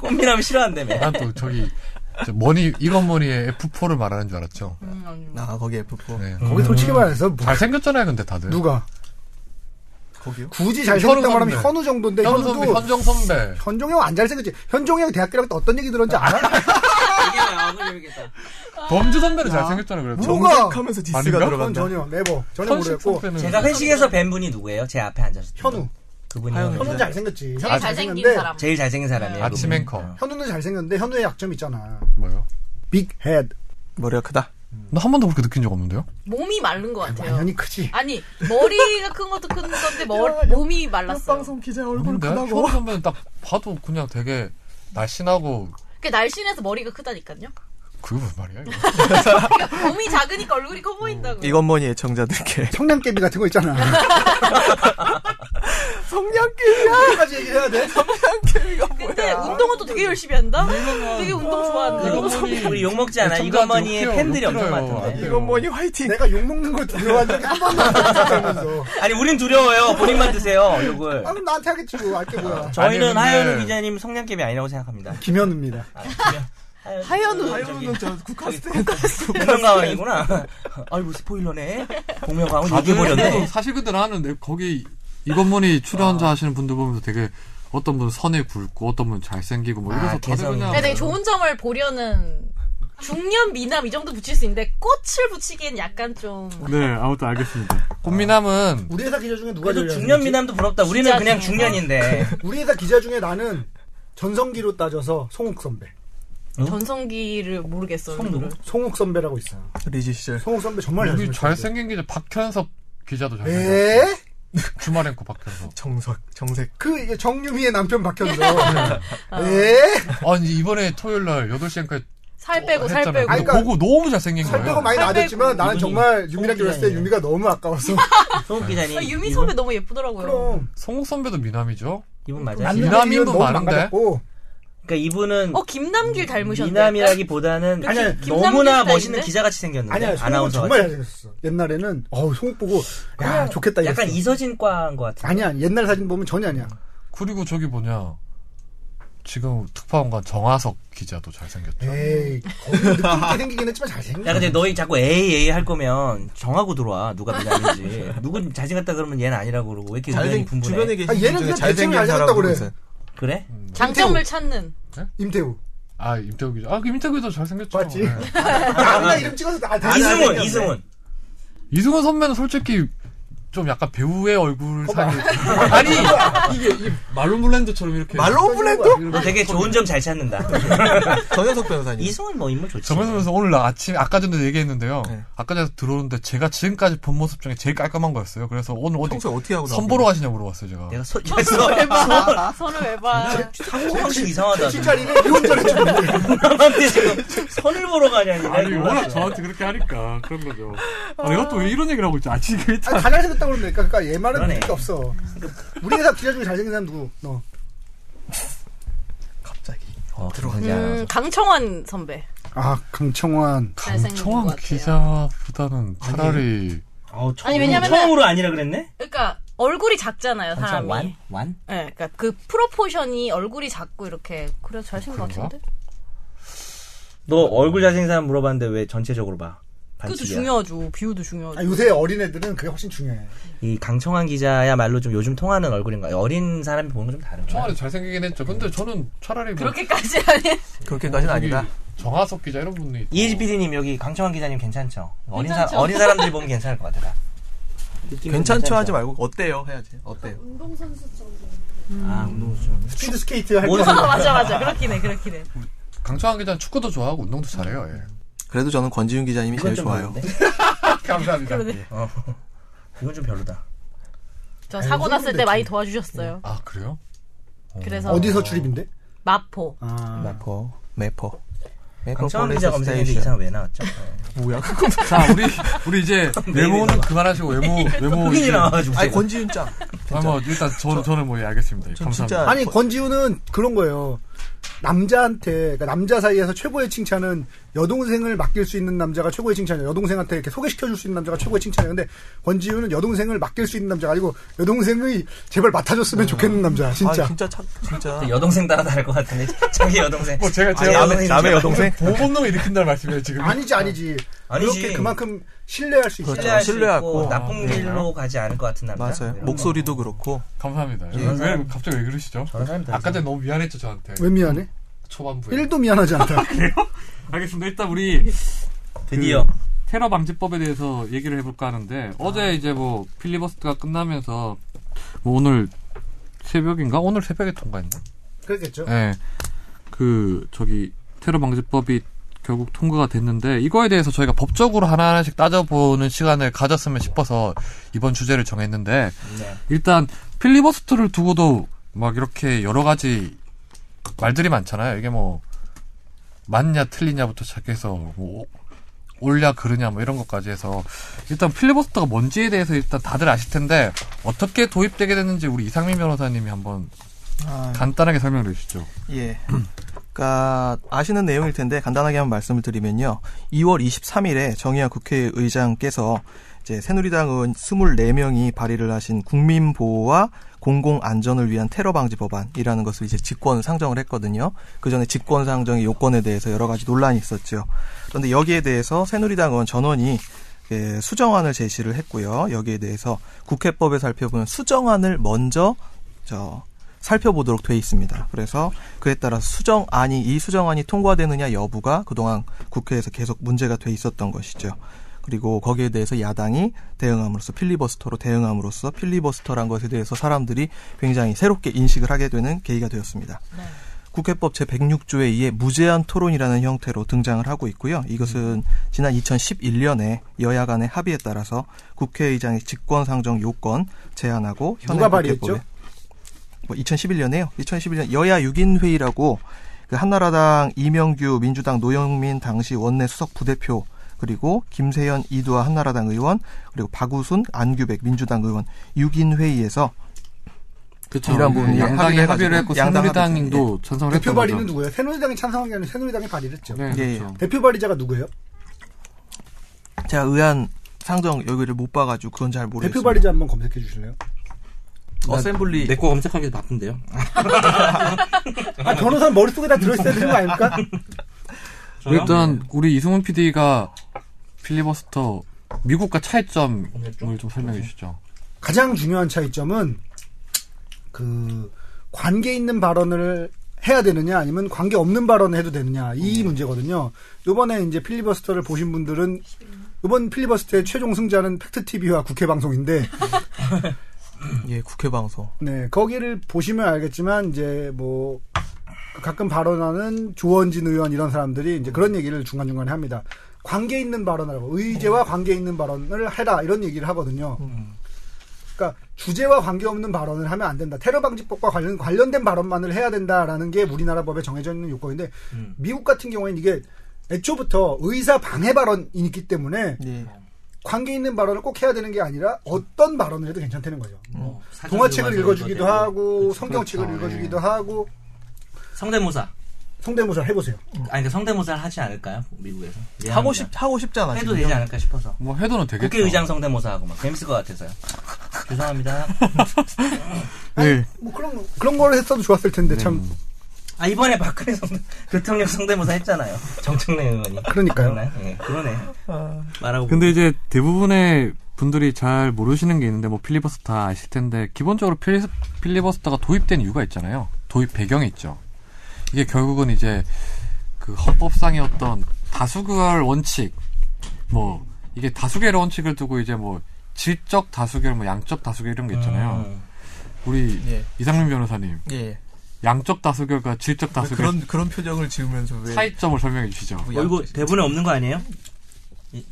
꽃미남 싫어한다며.
난 또 저기 저 머니 이건 머니의 F4를 말하는 줄 알았죠.
음.
아, 거기 F4.
네.
거기 솔직히 말해서 뭐-
잘 생겼잖아요, 근데 다들.
누가
거기요?
굳이 잘생겼다
현우
말하면
선배.
현우 정도인데
현우 선배,
현우도
현정 선배.
현종이 형안 잘생겼지. 현종이 형 대학교 때때 어떤 얘기 들었는지 알아?
범주 선배는 잘 생겼잖아요, 그래도.
정-
정색하면서
아닌가?
디스가
그건
들어간다.
전혀 네버 전혀
선식
모르겠고
선배는
제가 회식에서 뵌 분이 누구예요? 제 앞에 앉았을 때.
현우
그분이.
하연우.
현우.
현우는 잘생겼지.
제일
현우는
잘생긴
잘생겼는데
사람
제일 잘생긴 사람이에요.
아침
그분이.
앵커.
어.
현우는 잘생겼는데 현우의 약점 있잖아.
뭐요?
빅 헤드
머리가 크다.
나 한 번도 그렇게 느낀 적 없는데요?
몸이 마른 것 같아요
당연히 크지.
아니 머리가 큰 것도 큰 건데 머리, 몸이 말랐어요
기자
근데 현우 선배는 딱 봐도 그냥 되게 날씬하고
그 날씬해서 머리가 크다니까요
그게 무슨 말이야? 이거?
몸이 작으니까 얼굴이 커 보인다고
이건 뭐니 애청자들께.
성냥개비 같은 거 있잖아. 성냥개비야. 까지 얘기해야 돼.
근데 운동은 또 되게 열심히 한다 되게 운동
이건
좋아한다
뭐니?
우리 욕먹지 않아.
애청자한테
이건머니의
욕해요,
팬들이
욕해요.
엄청
안 돼요.
많던데.
이건 뭐니 화이팅.
내가 욕 먹는 걸 두려워한 적이 한 번도 없었다면서.
아니, 우린 두려워요. 본인만 드세요, 욕을.
아 그럼 나한테 하겠지 뭐 알게 뭐야.
저희는
아니, 근데-
하연우 기자님 성냥개비 아니라고 생각합니다.
김현우입니다.
하연우. 하연우는 저 국카스트. 공명가왕이구나. 아이고, 스포일러네. 공명가왕
다들
얘기해버렸네.
사실 근데 나는데 거기 이건머니 출연자
아.
하시는 분들 보면서 되게 어떤 분은 선에 굵고 어떤 분은 잘생기고 뭐
아,
이래서 다들
개성이.
그냥
근데
네,
되게 좋은 점을 보려는 중년 미남 이 정도 붙일 수 있는데 꽃을 붙이기엔 약간 좀
네 아무튼 알겠습니다.
꽃미남은
우리 회사 기자 중에 누가
그래도
제일
중년
잘생겼지?
미남도 부럽다. 우리는
진짜
그냥
중년.
중년인데.
우리 회사 기자 중에 나는 전성기로 따져서 송욱 선배.
전성기를 모르겠어.
송도.
요
송욱 선배라고 있어요.
리즈 시절.
송욱 선배 정말
여기
잘생겼어요. 네.
잘생긴 기자 박현섭 기자도 잘생겼어.
에?
주말엔코 그 박현섭.
정석, 정색.
예? 그 이게 정유미의 남편 박현서. 예? 에?
아니 이번에 토요일 날 8시엔까지
살 빼고 살
어, 했잖아요.
빼고.
근데
그러니까
보고 너무 잘생긴
살 빼고 음.
거예요.
많이
살 빼고.
나아졌지만 나는
이분이
정말 유미랑 결혼했을 때
꽁기자예요.
유미가 너무 아까워서.
송욱 기자님.
아, 유미
이분-
선배 너무 예쁘더라고요.
그럼
송욱 선배도 미남이죠.
이분 맞아요.
남녀
미남인
비율은
분
너무
많은데?
망가졌고
그러니까 이분은
어 김남길 닮으셨네.
미남이라기보다는
아니, 아니,
너무나
김남길
멋있는
스타일인데?
기자같이 생겼는데
아니야 송욱은
네, 아나운서
정말
같이.
잘생겼었어. 옛날에는 어우 송욱 보고 야 좋겠다 이랬어.
약간 이서진과인 것 같은.
아니야 옛날 사진 보면 전혀 아니야.
그리고 저기 뭐냐. 지금 특파원관 정하석 기자도 잘생겼죠.
에이 거기 느낌 있게 생기긴 했지만 잘생겼.
야 근데 너희 자꾸 에이 에이 할 거면 정하고 들어와 누가 미남인지 누군 잘생겼다 그러면 얘는 아니라고 그러고 왜 이렇게 의견이
잘생,
분분해
주변에 계신
아,
분
얘는
중에
그냥
잘생긴
대충
사람
그래.
그래.
그래?
장점을 찾는.
임태우.
아 임태우 기자. 아 임태우 기자 잘생겼죠.
맞지?
네.
나 아무나 이름 찍어서 나
이승훈 이승훈
이승훈 선배는 솔직히 좀 약간 배우의 얼굴 사기. 아니 어, 이게, 이게 말론 블랜드처럼 이렇게.
말로 블랙도?
너 아, 되게 좋은 점 잘 찾는다.
전현석 변호사님.
이승은 뭐 인물 좋지.
저번 선수 오늘 나 아침 아까 전에 얘기했는데요.
네.
아까 전에 들어오는데 제가 지금까지 본 모습 중에 제일 깔끔한 거였어요. 그래서 오늘 어디
평소에 어떻게 하고
선보러 가시냐고 물어봤어요 제가.
내가 소, 야, 소, 소,
아.
손을 왜 봐?
상호 방식 이상하다. 아,
칭찬이네 이혼전에
근데 지금 선을 보러 가냐니.
아니 워낙 저한테 그렇게 하니까 그런 거죠. 아, 내가 또 왜 이런 얘기를 하고 있지? 아 지금 일단
아니, 다 잘생겼다고 그러면 되니까 그러니까 얘만은
그러네.
필요 없어 우리 회사 기자 중에 잘생긴 사람 누구? 너
갑자기.
어, 들어가자.
네.
음, 강청원 선배.
아, 강청환
잘생긴 것
청왕
같아요.
기자보다는
차라리
어, 처음,
아니, 왜냐면은-
처음으로 아니라 그랬네?
그러니까 얼굴이 작잖아요, 사람이.
완? 완?
예, 그러니까 그 프로포션이 얼굴이 작고 이렇게 그래 잘생긴 것
그런가?
같은데.
너 얼굴 잘생긴 사람 물어봤는데 왜 전체적으로 봐?
그것도
반칙이야.
중요하죠. 비율도 중요하죠.
아, 요새 어린애들은 그게 훨씬 중요해
이 강청환 기자야말로 좀 요즘 통하는 얼굴인가? 어린 사람이 보는 건 좀 다른 거야.
청왕이 잘생기긴 했죠. 근데 저는 차라리 뭐
그렇게까지 아니.
네. 그렇게까지는
저기
아니다.
정하석 기자 이런 분이
이혜지 PD님 여기 강청환 기자님 괜찮죠? 어린 사
괜찮죠?
어린 사람들이 보면 괜찮을 것 같아. 나. 느낌이
괜찮죠
괜찮죠?
하지 말고 어때요 해야지. 어때요?
아 운동수
스피드 스케이트 할
모든
때
아, 맞아 맞아. 그렇긴 해. 그렇긴 해.
강청한 기자는 축구도 좋아하고 운동도 잘해요. 예.
그래도 저는 권지윤 기자님이 제일 좋아요.
감사합니다.
이건 좀 별로다.
저 사고
아니,
났을
선배인데
때 많이 도와주셨어요.
아 그래요?
그래서
어디서 출입인데?
마포.
아,
매퍼 매퍼.
강청환 기자 검색했는데 이 사람 왜 나왔죠?
뭐야?
자 우리 우리 이제 외모는 그만하시고 외모 외모
흥이
이제
나와가지고.
아니 권지윤 짱.
아, 뭐 일단 저는 저는 뭐 예, 알겠습니다. 예,
전
감사합니다.
진짜-
아니 권지우는 그런 거예요. 남자한테 그러니까 남자 사이에서 최고의 칭찬은 여동생을 맡길 수 있는 남자가 최고의 칭찬이에요. 여동생한테 이렇게 소개시켜 줄 수 있는 남자가 최고의 칭찬이에요. 근데 권지우는 여동생을 맡길 수 있는 남자가 아니고 여동생이 제발 맡아줬으면 좋겠는 남자 진짜.
아, 진짜 착 진짜.
여동생 따라 다를 것 같은데 자기 여동생.
뭐 제가
아니,
제가
남의-
남의 여동생?
보본능을 일으킨다는 말씀이에요 지금.
아니, 지 아니지.
아니지.
그렇게 그만큼 신뢰할 수 있어요.
그렇죠.
신뢰할 수
신뢰하고.
있고 나쁜
아,
길로 가지 않을 것 같은 남자.
맞아요.
이런 거.
목소리도 그렇고
감사합니다. 예,
예.
왜 갑자기 왜 그러시죠?
저런 사람 다
아까 전에 너무 미안했죠 저한테
왜 미안해?
초반부에.
1도 미안하지 않다.
알겠습니다. 일단 우리
드디어
테러 방지법에 대해서 얘기를 해볼까 하는데 어제 이제 뭐 필리버스트가 끝나면서 뭐 오늘 새벽인가 오늘 새벽에 통과했나?
그렇겠죠.
예. 그 저기 테러 방지법이 결국 통과가 됐는데 이거에 대해서 저희가 법적으로 하나하나씩 따져보는 시간을 가졌으면 싶어서 이번 주제를 정했는데
네.
일단 필리버스트를 두고도 막 이렇게 여러 가지 말들이 많잖아요. 이게 뭐 맞냐 틀리냐부터 시작해서 뭐 옳냐 그르냐 뭐 이런 것까지 해서 일단 필리버스터가 뭔지에 대해서 일단 다들 아실 텐데 어떻게 도입되게 됐는지 우리 이상민 변호사님이 한번
아,
간단하게 설명해 주시죠.
예. 그러니까 아시는 내용일 텐데 간단하게 한번 말씀을 드리면요. 2월 23일에 정의화 국회의장께서 이제 새누리당 의원 24명이 발의를 하신 국민 보호와 공공 안전을 위한 테러 방지 법안이라는 것을 이제 직권 상정을 했거든요. 그 전에 직권 상정의 요건에 대해서 여러 가지 논란이 있었죠. 그런데 여기에 대해서 새누리당 의원 전원이 예, 수정안을 제시를 했고요. 여기에 대해서 국회법에 살펴보면 수정안을 먼저 저 살펴보도록 돼 있습니다. 그래서 그에 따라 수정안이 이 수정안이 통과되느냐 여부가 그동안 국회에서 계속 문제가 돼 있었던 것이죠. 그리고 거기에 대해서 야당이 대응함으로써 필리버스터로 대응함으로써 필리버스터란 것에 대해서 사람들이 굉장히 새롭게 인식을 하게 되는 계기가 되었습니다.
네.
국회법 제106조에 의해 무제한 토론이라는 형태로 등장을 하고 있고요.
음.
이것은 지난 2011년에 여야 간의 합의에 따라서 국회의장의 직권상정 요건 제한하고 현행
누가 발의했죠?
국회법에 뭐 2011년에요. 2011년 여야 6인 회의라고 그 한나라당 이명규 민주당 노영민 당시 원내 수석 부대표 그리고 김세현 이두아 한나라당 의원 그리고 박우순 안규백 민주당 의원 6인 회의에서
그렇죠.
이런 부분이
양당이
합의를
합의를
해가지고
했고
양당
새누리당도 찬성을
대표
했던
발의는
거죠.
누구예요? 새누리당이 찬성한 게 아니라 새누리당이 발의를 했죠.
네,
예,
그렇죠.
대표 발의자가 누구예요?
제가 의안 상정 여기를 못 봐가지고 그건 잘 모르겠어요.
대표 발의자 한번 검색해 주실래요?
어셈블리
내거 검색하기 바쁜데요.
아, 변호사 머릿속에 다 들어있어야 되는 거 아닙니까?
일단 우리 이승훈 PD가 필리버스터 미국과 차이점을 좀 설명해 주시죠.
가장 중요한 차이점은 그 관계 있는 발언을 해야 되느냐 아니면 관계 없는 발언을 해도 되느냐 이 문제거든요. 요번에 이제 필리버스터를 보신 분들은 이번 필리버스터의 최종 승자는 팩트 TV와 국회 방송인데
예, 국회 방송.
네, 거기를 보시면 알겠지만 이제 뭐 가끔 발언하는 조원진 의원 이런 사람들이 이제 그런 얘기를 중간중간에 합니다. 관계 있는 발언하라고 의제와 관계 있는 발언을 해라 이런 얘기를 하거든요. 그러니까 주제와 관계없는 발언을 하면 안 된다. 테러 방지법과 관련 관련된 발언만을 해야 된다라는 게 우리나라 법에 정해져 있는 요건인데 미국 같은 경우에는 이게 애초부터 의사 방해 발언이기 때문에
예.
관계 있는 발언을 꼭 해야 되는 게 아니라 어떤 발언을 해도 괜찮다는 거죠.
뭐 사전
동화책을
조사도
읽어주기도
되고.
하고 성경책을
그렇죠.
읽어주기도 하고
성대모사.
성대모사 해보세요.
아니 그러니까 성대모사를 하지 않을까요? 미국에서. 미안합니다.
하고 싶 하고 싶잖아.
해도
지금.
되지 않을까 싶어서.
뭐 해도는 되겠죠.
국회의장 성대모사하고 막 재밌을 것 같아서요. 죄송합니다.
예.
뭐 그런 거- 그런 걸 했어도 좋았을 텐데 참
아 이번에 박근혜 성대, 대통령 성대모사 했잖아요. 정청래 의원이.
그러니까요.
그러나요? 예, 그러네. 말하고.
근데 이제 대부분의 분들이 잘 모르시는 게 있는데 뭐 필리버스터 다 아실 텐데 기본적으로 필, 필리버스터가 도입된 이유가 있잖아요. 도입 배경이 있죠. 이게 결국은 이제 그 헌법상의 어떤 다수결 원칙 뭐 이게 다수결 원칙을 두고 이제 뭐 질적 다수결 뭐 양적 다수결 이런 게 있잖아요.
음.
우리
예.
이상민 변호사님
예.
양적 다수결과 질적
왜
다수결
그런 뭐 그런 표정을 지으면서 왜
차이점을 설명해 주시죠.
어, 이거 대본에 없는 거 아니에요? 이-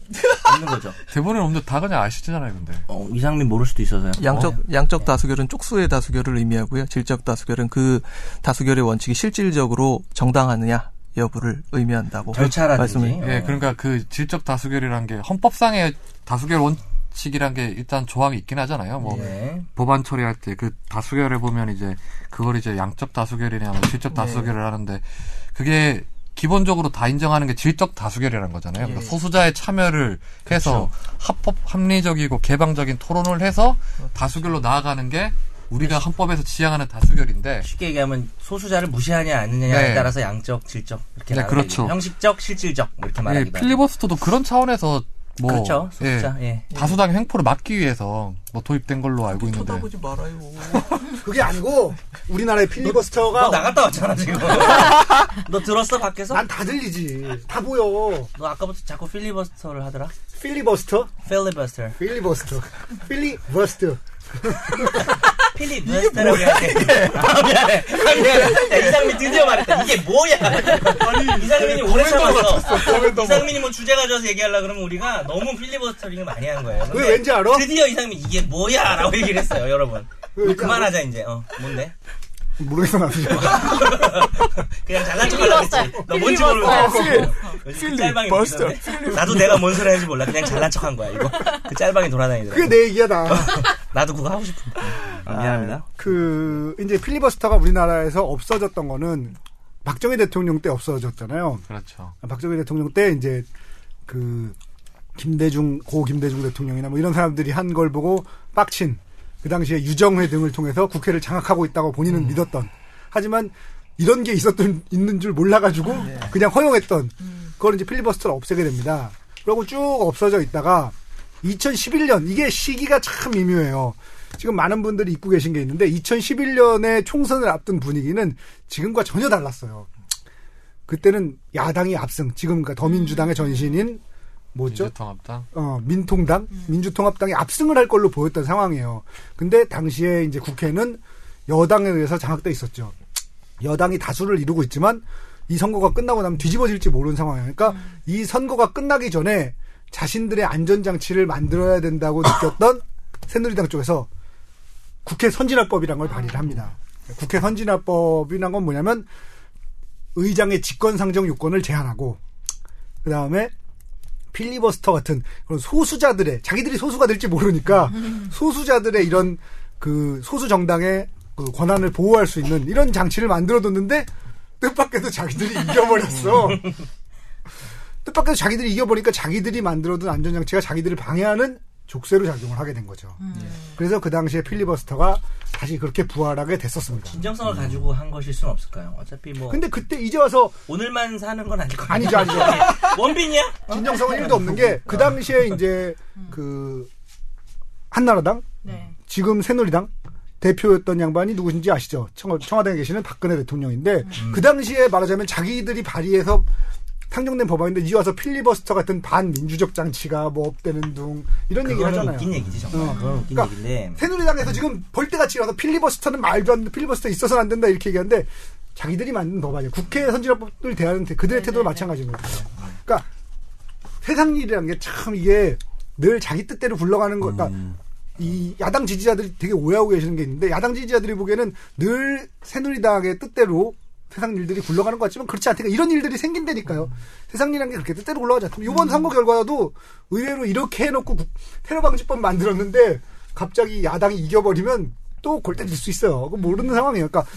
없는 거죠.
대본에 없는데 다 그냥 아시잖아요, 근데.
어, 이상민 모를 수도 있어서요.
양적 양적 다수결은 쪽수의 다수결을 의미하고요. 질적 다수결은 그 다수결의 원칙이 실질적으로 정당하느냐 여부를 의미한다고
절차라든지.
말씀을-
예, 그러니까 그 질적 다수결이란 게 헌법상의 다수결 원칙이란 게 일단 조항이 있긴 하잖아요. 뭐
예.
법안 처리할 때 그 다수결을 보면 이제 그걸 이제 양적 다수결이냐 뭐
예.
질적 다수결을 하는데 그게 기본적으로 다 인정하는 게 질적 다수결이라는 거잖아요. 그러니까
예.
소수자의 참여를 해서
그렇죠.
합법 합리적이고 개방적인 토론을 해서 다수결로 나아가는 게
그렇죠.
우리가 헌법에서 지향하는 다수결인데
쉽게 얘기하면 소수자를 무시하냐 안 하느냐에
네.
따라서 양적, 질적 이렇게
네,
나눠
그렇죠.
얘기해요. 형식적, 실질적 뭐 이렇게
예,
말하기도 하죠.
필리버스터도 그런 차원에서 뭐
그렇죠.
예,
소수자. 예.
다수당 횡포를 막기 위해서 뭐 도입된 걸로 알고 있는데
쳐다보지 말아요.
그게 아니고 우리나라의
너
필리버스터가
나갔다 왔잖아 지금. 너 들었어 밖에서?
난 다 들리지 다 보여
너 아까부터 자꾸 필리버스터를 하더라.
필리버스터
필리버스터.
필리버스터 필리버스터
필리버스터라고 해야 돼. 아 미안해. 아 미안해. 야, 이상민 드디어 말했다. 이게 뭐야? 이상민이 오래 참았어. 이상민이 뭐 주제 가져와서 얘기하려 그러면 우리가 너무 필리버스터링을 많이 한 거예요.
왜
근데
왠지 알아?
드디어 이상민 이게 뭐야라고 얘기를 했어요, 여러분.
왜
우리
왠지
그만하자 이제. 어 뭔데?
모르겠어 나도
그냥 잘난 척하려고 했지.
필리버스터.
나 뭔지 모르고.
필리버스터.
요즘 그 짤방이 웃기던데. 나도 내가 뭔 소리 하는지 몰라. 그냥 잘난 척한 거야 이거. 그 짤방이 돌아다니더라고.
그게 내 얘기야 나
나도 그거 하고 싶은데. 아, 미안합니다.
그 이제 필리버스터가 우리나라에서 없어졌던 거는 박정희 대통령 때 없어졌잖아요
그렇죠.
박정희 대통령 때 이제 그 김대중 고 김대중 대통령이나 뭐 이런 사람들이 한 걸 보고 빡친 그 당시에 유정회 등을 통해서 국회를 장악하고 있다고 본인은
음.
믿었던 하지만 이런 게 있었던 있는 줄 몰라가지고
네.
그냥 허용했던
음.
그걸 이제 필리버스터를 없애게 됩니다. 그러고 쭉 없어져 있다가 2011년 이게 시기가 참 미묘해요. 지금 많은 분들이 잊고 계신 게 있는데 2011년에 총선을 앞둔 분위기는 지금과 전혀 달랐어요. 그때는 야당이 압승, 지금 그러니까 더민주당의 전신인 뭐죠?
음. 민주통합당.
어, 민통당, 민주통합당이 압승을 할 걸로 보였던 상황이에요. 근데 당시에 이제 국회는 여당에 의해서 장악돼 있었죠. 여당이 다수를 이루고 있지만 이 선거가 끝나고 나면 뒤집어질지 모르는 상황이에요. 그러니까 이 선거가 끝나기 전에 자신들의 안전장치를 만들어야 된다고 느꼈던 새누리당 쪽에서 국회 선진화법이란 걸 발의를 합니다. 국회 선진화법이란 건 뭐냐면 의장의 직권 상정 요건을 제한하고 그 다음에 필리버스터 같은 그런 소수자들의 자기들이 소수가 될지 모르니까 소수자들의 이런 그 소수 정당의 그 권한을 보호할 수 있는 이런 장치를 만들어뒀는데 뜻밖에도 자기들이 이겨버렸어. 뜻밖에도 자기들이 이겨버리니까 자기들이 만들어둔 안전장치가 자기들을 방해하는 족쇄로 작용을 하게 된 거죠. 그래서 그 당시에 필리버스터가 다시 그렇게 부활하게 됐었습니다.
진정성을 가지고 한 것일 수는 없을까요? 어차피 뭐
근데 그때 이제 와서
오늘만 사는 건 아닐 거예요.
아니죠, 아니죠.
원빈이야?
진정성은 1도 없는 게 그 당시에 이제 그 한나라당
네.
지금 새누리당 대표였던 양반이 누구신지 아시죠? 청와, 청와대에 계시는 박근혜 대통령인데 그 당시에 말하자면 자기들이 발의해서 탕정된 법안인데 이제 와서 필리버스터 같은 반민주적 장치가 뭐 없대는 둥 이런 얘기
그거는
하잖아요.
웃긴 얘기지 정말.
어.
그건 웃긴
그러니까
얘기인데.
새누리당에서 지금 볼때같이 와서 필리버스터는 말도 안 돼, 필리버스터 있어서는 안 된다 이렇게 얘기하는데 자기들이 만든 법안이에요. 국회 선진화법을 대하는 데- 그들의 태도도 마찬가지인 거죠. 그러니까 세상 일이라는 게 참 이게 늘 자기 뜻대로 굴러가는 거. 그러니까 이 야당 지지자들이 되게 오해하고 계시는 게 있는데 야당 지지자들이 보기에는 늘 새누리당의 뜻대로 세상 일들이 굴러가는 것 같지만 그렇지 않다니까 이런 일들이 생긴다니까요. 세상 일이라는 게 그렇게 뜻대로 굴러가지 않습니다. 이번 선거 결과도 의외로 이렇게 해놓고 국- 테러 방지법 만들었는데 갑자기 야당이 이겨버리면 또 골때릴 수 있어요. 그거 모르는 상황이에요. 그러니까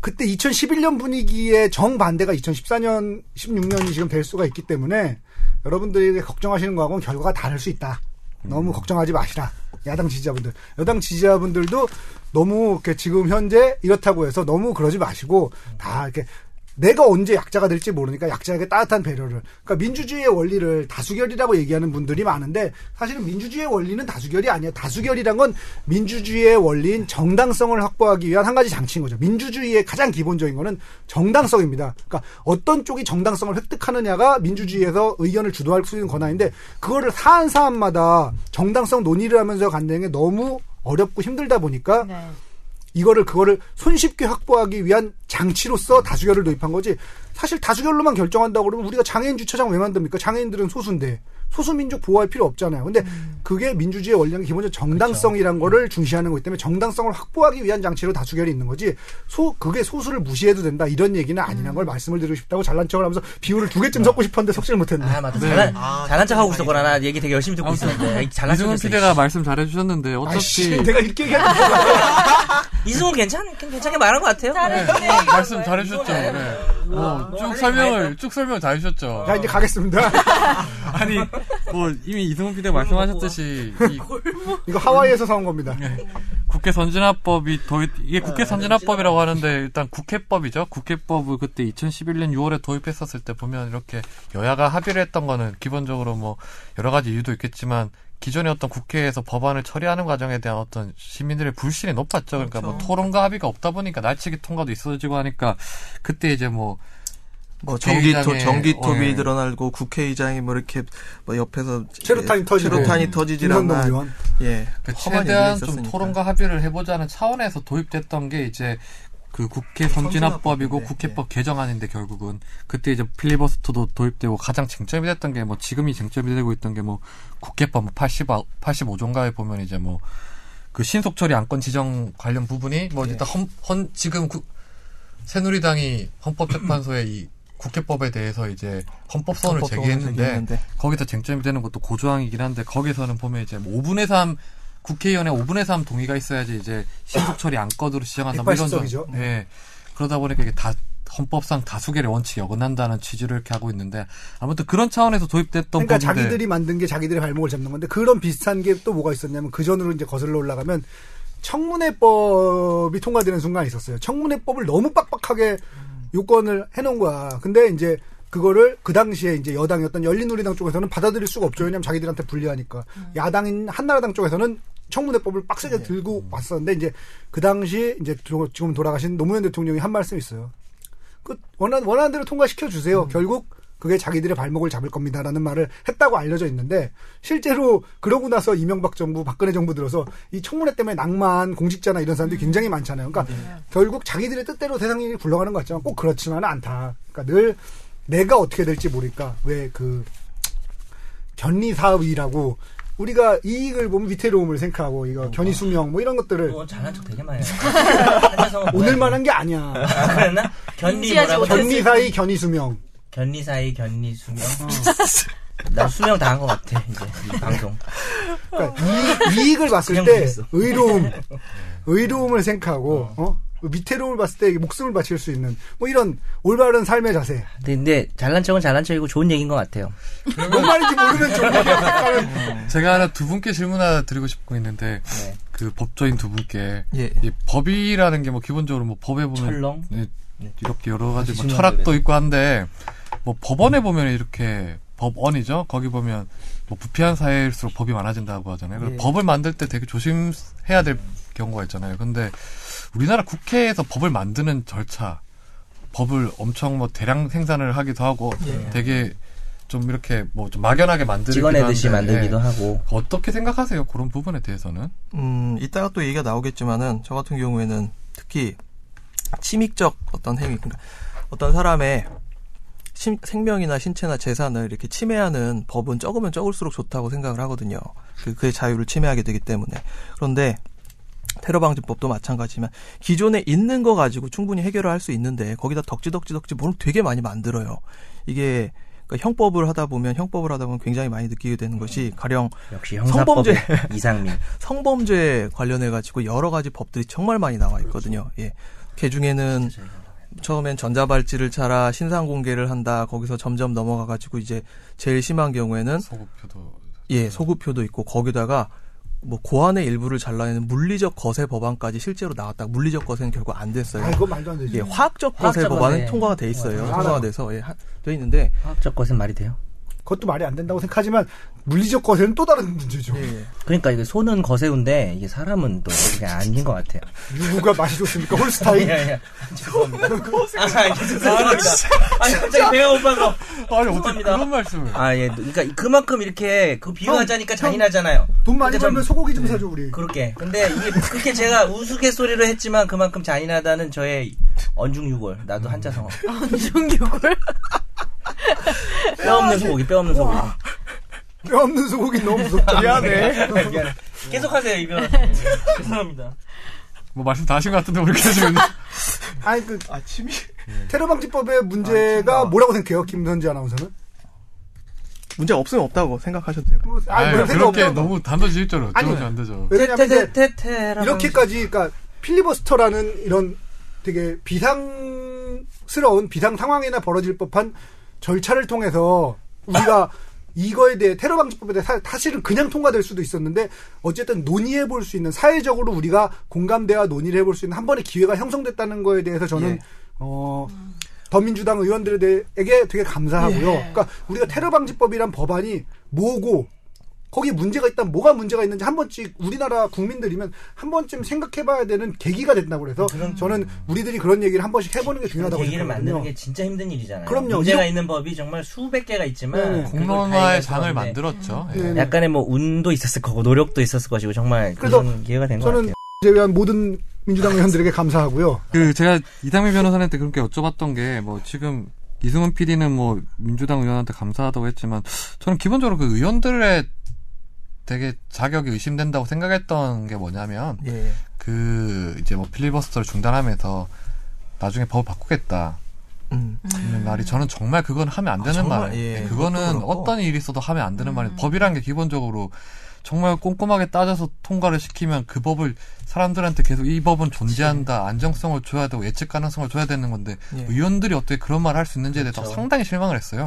그때 2011년 분위기에 정반대가 2014년, 16년이 지금 될 수가 있기 때문에 여러분들이 걱정하시는 거하고는 결과가 다를 수 있다. 너무 걱정하지 마시라. 야당 지지자분들. 여당 지지자분들도 너무 이렇게 지금 현재 이렇다고 해서 너무 그러지 마시고 다 이렇게 내가 언제 약자가 될지 모르니까 약자에게 따뜻한 배려를. 그러니까 민주주의의 원리를 다수결이라고 얘기하는 분들이 많은데 사실은 민주주의의 원리는 다수결이 아니에요. 다수결이란 건 민주주의의 원리인 정당성을 확보하기 위한 한 가지 장치인 거죠. 민주주의의 가장 기본적인 거는 정당성입니다. 그러니까 어떤 쪽이 정당성을 획득하느냐가 민주주의에서 의견을 주도할 수 있는 권한인데 그거를 사안 사안마다 정당성 논의를 하면서 간다는 게 너무 어렵고 힘들다 보니까
네.
이거를 그거를 손쉽게 확보하기 위한 장치로서 다수결을 도입한 거지. 사실 다수결로만 결정한다고 그러면 우리가 장애인 주차장 왜 만듭니까? 장애인들은 소수인데 소수민족 보호할 필요 없잖아요. 근데 그게 민주주의 원리는 기본적으로 정당성이란 거를 중시하는 거기 때문에 정당성을 확보하기 위한 장치로 다수결이 있는 거지. 소 그게 소수를 무시해도 된다 이런 얘기는 아니란 걸 말씀을 드리고 싶다고 잘난 척을 하면서 비율을 두 개쯤 섞고 싶었는데 섞지를 못했네.
아 맞다.
네.
잘난 잘난 척하고 있었구나. 나 얘기 되게 열심히 듣고
아무튼
있었는데 아이, 잘난
이승훈
척했어.
PD가 말씀 잘해주셨는데
아이씨,
어차피 네,
내가 이렇게 얘기하는 거
이승훈 괜찮 괜찮게 말한 것 같아요. 네.
네, 말씀 잘해주셨죠. 네. 어, 쭉 설명을 쭉 설명 잘해주셨죠.
자 이제 가겠습니다.
아, 아니 뭐 이미 이승훈 PD가 말씀하셨듯이 이
이거 하와이에서 사온 겁니다.
국회 선진화법이 도입 이게 국회 아, 선진화법이라고 하는데 일단 국회법이죠. 국회법을 그때 2011년 6월에 도입했었을 때 보면 이렇게 여야가 합의를 했던 거는 기본적으로 뭐 여러 가지 이유도 있겠지만 기존의 어떤 국회에서 법안을 처리하는 과정에 대한 어떤 시민들의 불신이 높았죠. 그러니까 뭐 토론과 합의가 없다 보니까 날치기 통과도 있어지고 하니까 그때 이제 뭐
뭐 전기 토
국회의장의-
전기 톱이
예.
늘어나고 국회의장이 뭐 이렇게 뭐 옆에서
최루탄이 터지고.
체류탄이 터지질
김선동
않나.
의원.
예.
그
험한
최대한
일들이
좀
있었으니까.
토론과 합의를 해보자는 차원에서 도입됐던 게 이제 그 예. 국회 선진화법이고
선진화법인데,
국회법 개정안인데 결국은 그때 이제 필리버스터도 도입되고 가장 쟁점이 됐던 게 뭐 지금이 쟁점이 되고 있던 게 뭐 국회법 뭐 85, 85조인가에 보면 이제 뭐 그 신속 처리 안건 지정 관련 부분이 뭐 일단 헌, 헌 지금 국- 새누리당이 헌법재판소에 이 국회법에 대해서 이제 헌법소원을
헌법 소원을
제기했는데
제기했는데.
거기서 쟁점이 되는 것도 고조항이긴 한데 거기서는 보면 이제 뭐 5분의 3 국회의원의 5분의 3 동의가 있어야지 이제 신속 처리 안건으로 지정한다 뭐 이런 점.
180석이죠.
예. 그러다 보니까 이게 다 헌법상 다수결의 원칙에 어긋난다는 취지로 이렇게 하고 있는데 아무튼 그런 차원에서 도입됐던
그러니까
법인데
자기들이 만든 게 자기들의 발목을 잡는 건데 그런 비슷한 게 또 뭐가 있었냐면 그 전으로 이제 거슬러 올라가면 청문회법이 통과되는 순간이 있었어요. 청문회법을 너무 빡빡하게
음.
요건을 해놓은 거야. 근데 이제 그거를 그 당시에 이제 여당이었던 열린우리당 쪽에서는 받아들일 수가 없죠. 왜냐면 자기들한테 불리하니까.
음.
야당인 한나라당 쪽에서는 청문회법을
네.
빡세게 들고
음.
왔었는데 이제 그 당시 이제 도- 지금 돌아가신 노무현 대통령이 한 말씀이 있어요. 그 원하는 원하는 대로 통과시켜 주세요. 결국 그게 자기들의 발목을 잡을 겁니다라는 말을 했다고 알려져 있는데 실제로 그러고 나서 이명박 정부, 박근혜 정부 들어서 이 청문회 때문에 낭만 공직자나 이런 사람들이 굉장히 많잖아요. 그러니까 결국 자기들의 뜻대로 세상이 굴러가는 것 같지만 꼭 그렇지만은 않다. 그러니까 늘 내가 어떻게 될지 모르니까 왜그 견리 사업이라고 우리가 이익을 보면 위태로움을 생각하고 이거 견이 수명 뭐 이런 것들을
어, 잘난 척 되게 많이 해.
오늘만 한 게 아니야.
아, 그랬나? 견리
인지하지
뭐라고?
못했을
견리 사이 견이 수명.
견리 사이 견리 수명.
어.
나 수명 당한 것 같아 이제 이 방송.
그러니까 이, 이익을 봤을
그냥
때
보겠어.
의로움, 의로움을 생각하고 어? 밑에로움을 봤을 때 목숨을 바칠 수 있는 뭐 이런 올바른 삶의 자세.
근데, 근데 잘난 척은 잘난 척이고 좋은 얘기인 것 같아요.
뭔 말인지 모르는 쪽으로
네. 제가 하나 두 분께 질문 하나 드리고 싶고 있는데
네.
그 법조인 두 분께
예, 예.
이 법이라는 게 뭐 기본적으로 뭐 법에 보면
철렁?
예, 이렇게 여러 가지 뭐
다시
철학도 있고 한데 뭐
음.
법원에 보면 이렇게 법원이죠. 거기 보면 뭐 부패한 사회일수록 법이 많아진다고 하잖아요. 그래서
예.
법을 만들 때 되게 조심해야 될 경우가 있잖아요. 근데 우리나라 국회에서 법을 만드는 절차 법을 엄청 뭐 대량 생산을 하기도 하고
예.
되게 좀 이렇게 뭐 좀 막연하게 만들기도
찍어내듯이
한데,
만들기도
예.
하고
어떻게 생각하세요? 그런 부분에 대해서는
음, 이따가 또 얘기가 나오겠지만은 저 같은 경우에는 특히 침입적 어떤 행위, 그러니까 어떤 사람의 심- 생명이나 신체나 재산을 이렇게 침해하는 법은 적으면 적을수록 좋다고 생각을 하거든요. 그, 그의 자유를 침해하게 되기 때문에. 그런데 테러방지법도 마찬가지지만 기존에 있는 거 가지고 충분히 해결을 할 수 있는데 거기다 덕지덕지덕지 뭘 되게 많이 만들어요. 이게 그러니까 형법을 하다 보면 형법을 하다 보면 굉장히 많이 느끼게 되는 것이 가령
역시 형사법의 이상민
성범죄 관련해 가지고 여러 가지 법들이 정말 많이 나와 있거든요. 예. 그 중에는 처음엔 전자발찌를 차라 신상 공개를 한다. 거기서 점점 넘어가 가지고 이제 제일 심한 경우에는
소급표도
예, 소급표도 있고 거기다가 뭐 고안의 일부를 잘라내는 물리적 거세 법안까지 실제로 나왔다. 물리적 거세는 결국 안 됐어요.
아, 이거 말도 안 되지.
예, 화학적 거세
화학적
법안은
거세.
통과가 돼 있어요.
맞아요.
통과가 돼서 예, 하- 돼 있는데
화학적 것은 말이 돼요.
그것도 말이 안 된다고 생각하지만 물리적 거세는 또 다른 문제죠.
예,
그러니까 이게 손은 거세운데 이게 사람은 또 그게 아닌 것 같아요.
누구가 맛이 좋습니까?
예,
홀스타인. 그
아, 죄송합니다. 아니, 갑자기 배가 고파서.
아니 어떻게
죄송합니다.
그런 말씀을
아, 예. 그러니까 그만큼 이렇게 그 비유하자니까 잔인하잖아요.
돈 많이
그러니까 좀-
벌면 소고기 좀 사줘 우리.
그렇게. 근데 이게 그렇게 제가 우스갯소리로 했지만 그만큼 잔인하다는 저의 언중유골. 나도 한자성어.
중육을
뼈 없는 소고기, 뼈 없는 소고기.
뼈 없는 소고기 너무 무섭다. 미안해.
미안해. 계속하세요, 이거.
네.
죄송합니다.
뭐 말씀 다 하신 것 같은데 우리 계속 있는
아니 그 테러 방지법의 문제가 뭐라고 생각해요? 김선지 아나운서는?
문제 없으면 없다고 생각하셔도 되고.
뭐, 아니,
아니,
그런 생각
그렇게
없다고.
너무 단도직입적으로
네, 아니,
어쩌면 안 되죠.
왜냐면 이제
테테테테라.
이렇게까지 그러니까 필리버스터라는 이런 되게 비상스러운 비상 상황이나 벌어질 법한 절차를 통해서 우리가 이거에 대해 테러 방지법에 대해 사, 사실은 그냥 통과될 수도 있었는데 어쨌든 논의해 볼 수 있는 사회적으로 우리가 공감대와 논의를 해볼 수 있는 한 번의 기회가 형성됐다는 거에 대해서 저는
예.
어 더민주당 의원들에게 되게 감사하고요.
예.
그러니까 우리가 테러 방지법이란 법안이 뭐고 거기 문제가 있다면 뭐가 문제가 있는지 한 번씩 우리나라 국민들이면 한 번쯤 생각해봐야 되는 계기가 된다고 그래서 저는 우리들이 그런 얘기를 한 번씩 해보는 게 중요하다고
그 얘기를 만드는
생각하거든요.
게 진짜 힘든 일이잖아요.
그럼요.
문제가
이런-
있는 법이 정말 수백 개가 있지만
네.
그걸 다
공론화의
해결할 수
장을
없는데
만들었죠. 예.
네.
약간의 뭐 운도 있었을 거고 노력도 있었을 것이고 정말
그래서
그런 기회가 된 것
저는
같아요.
제외한 모든 민주당 의원들에게 감사하고요.
그 제가 이상민 변호사한테 그렇게 여쭤봤던 게 뭐 지금 이승훈 PD는 뭐 민주당 의원한테 감사하다고 했지만 저는 기본적으로 그 의원들의 되게 자격이 의심된다고 생각했던 게 뭐냐면
예.
그 이제 뭐 필리버스터를 중단하면서 나중에 법 바꾸겠다
음.
는 말이 저는 정말 그건 하면 안 되는
정말,
말이에요.
예,
네, 그거는
그것도 그렇고. 음.
어떤 일이 있어도 하면 안 되는 말이에요. 법이란 게 기본적으로 정말 꼼꼼하게 따져서 통과를 시키면 그 법을 사람들한테 계속 이 법은 존재한다, 안정성을 줘야 되고 예측 가능성을 줘야 되는 건데
예.
의원들이 어떻게 그런 말을 할 수 있는지에 대해서
그렇죠.
상당히 실망을 했어요.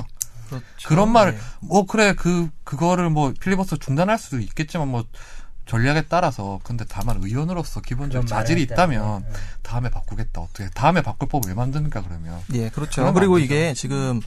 그렇죠.
그런 말을
예.
뭐 그래 그 그거를 뭐 필리버스터 중단할 수도 있겠지만 뭐 전략에 따라서 근데 다만 의원으로서 기본적인
그런 말을
자질이
했다는
있다면
거예요.
다음에 바꾸겠다 어떻게 다음에 바꿀 법 왜 만드는가 그러면
예, 그렇죠.
그러면
그리고
안 되죠.
이게 지금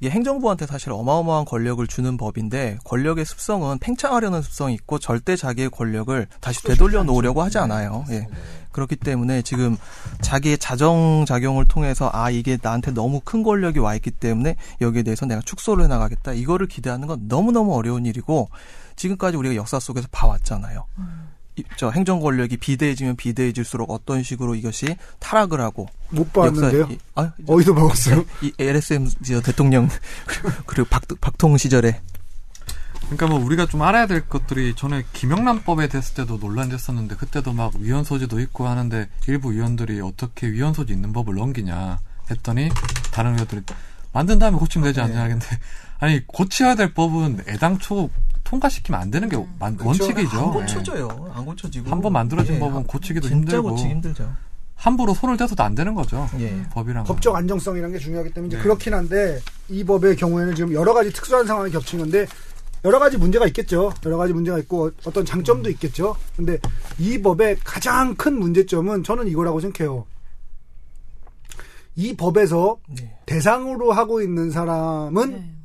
이게 행정부한테 사실 어마어마한 권력을 주는 법인데 권력의 습성은 팽창하려는 습성이 있고 절대 자기의 권력을 다시 되돌려 놓으려고 하지 않아요. 예. 그렇기 때문에 지금 자기의 자정 작용을 통해서 아 이게 나한테 너무 큰 권력이 와 있기 때문에 여기에 대해서 내가 축소를 해 나가겠다. 이거를 기대하는 건 너무너무 어려운 일이고 지금까지 우리가 역사 속에서 봐왔잖아요. 이- 저 행정 권력이 비대해지면 비대해질수록 어떤 식으로 이것이 타락을 하고
못
역사
봤는데요.
이- 아,
어디서 먹었어요?
이 LSM 저 대통령 그리고 박, 박통 시절에
그러니까 뭐 우리가 좀 알아야 될 것들이 전에 김영란법에 됐을 때도 논란됐었는데 그때도 막 위헌 소지도 있고 하는데 일부 위원들이 어떻게 위헌 소지 있는 법을 넘기냐 했더니 다른 의원들이 만든 다음에 고치면 되지 않냐 하는데 아니 고쳐야 될 법은 애당초 통과시키면 안 되는 게 만- 원칙이죠. 네.
안 고쳐져요. 안 고쳐지고
한 번 만들어진
예,
법은 고치기도
진짜
힘들고
고치기 힘들죠.
함부로 손을 대서도 안 되는 거죠.
예.
법이란 건.
법적 안정성이라는 게 중요하기 때문에 이제 그렇긴 한데 이 법의 경우에는 지금 여러 가지 특수한 상황이 겹친 건데 여러 가지 문제가 있겠죠. 여러 가지 문제가 있고 어- 어떤 장점도 있겠죠. 근데 이 법의 가장 큰 문제점은 저는 이거라고 생각해요. 이 법에서
네.
대상으로 하고 있는
네.
사람은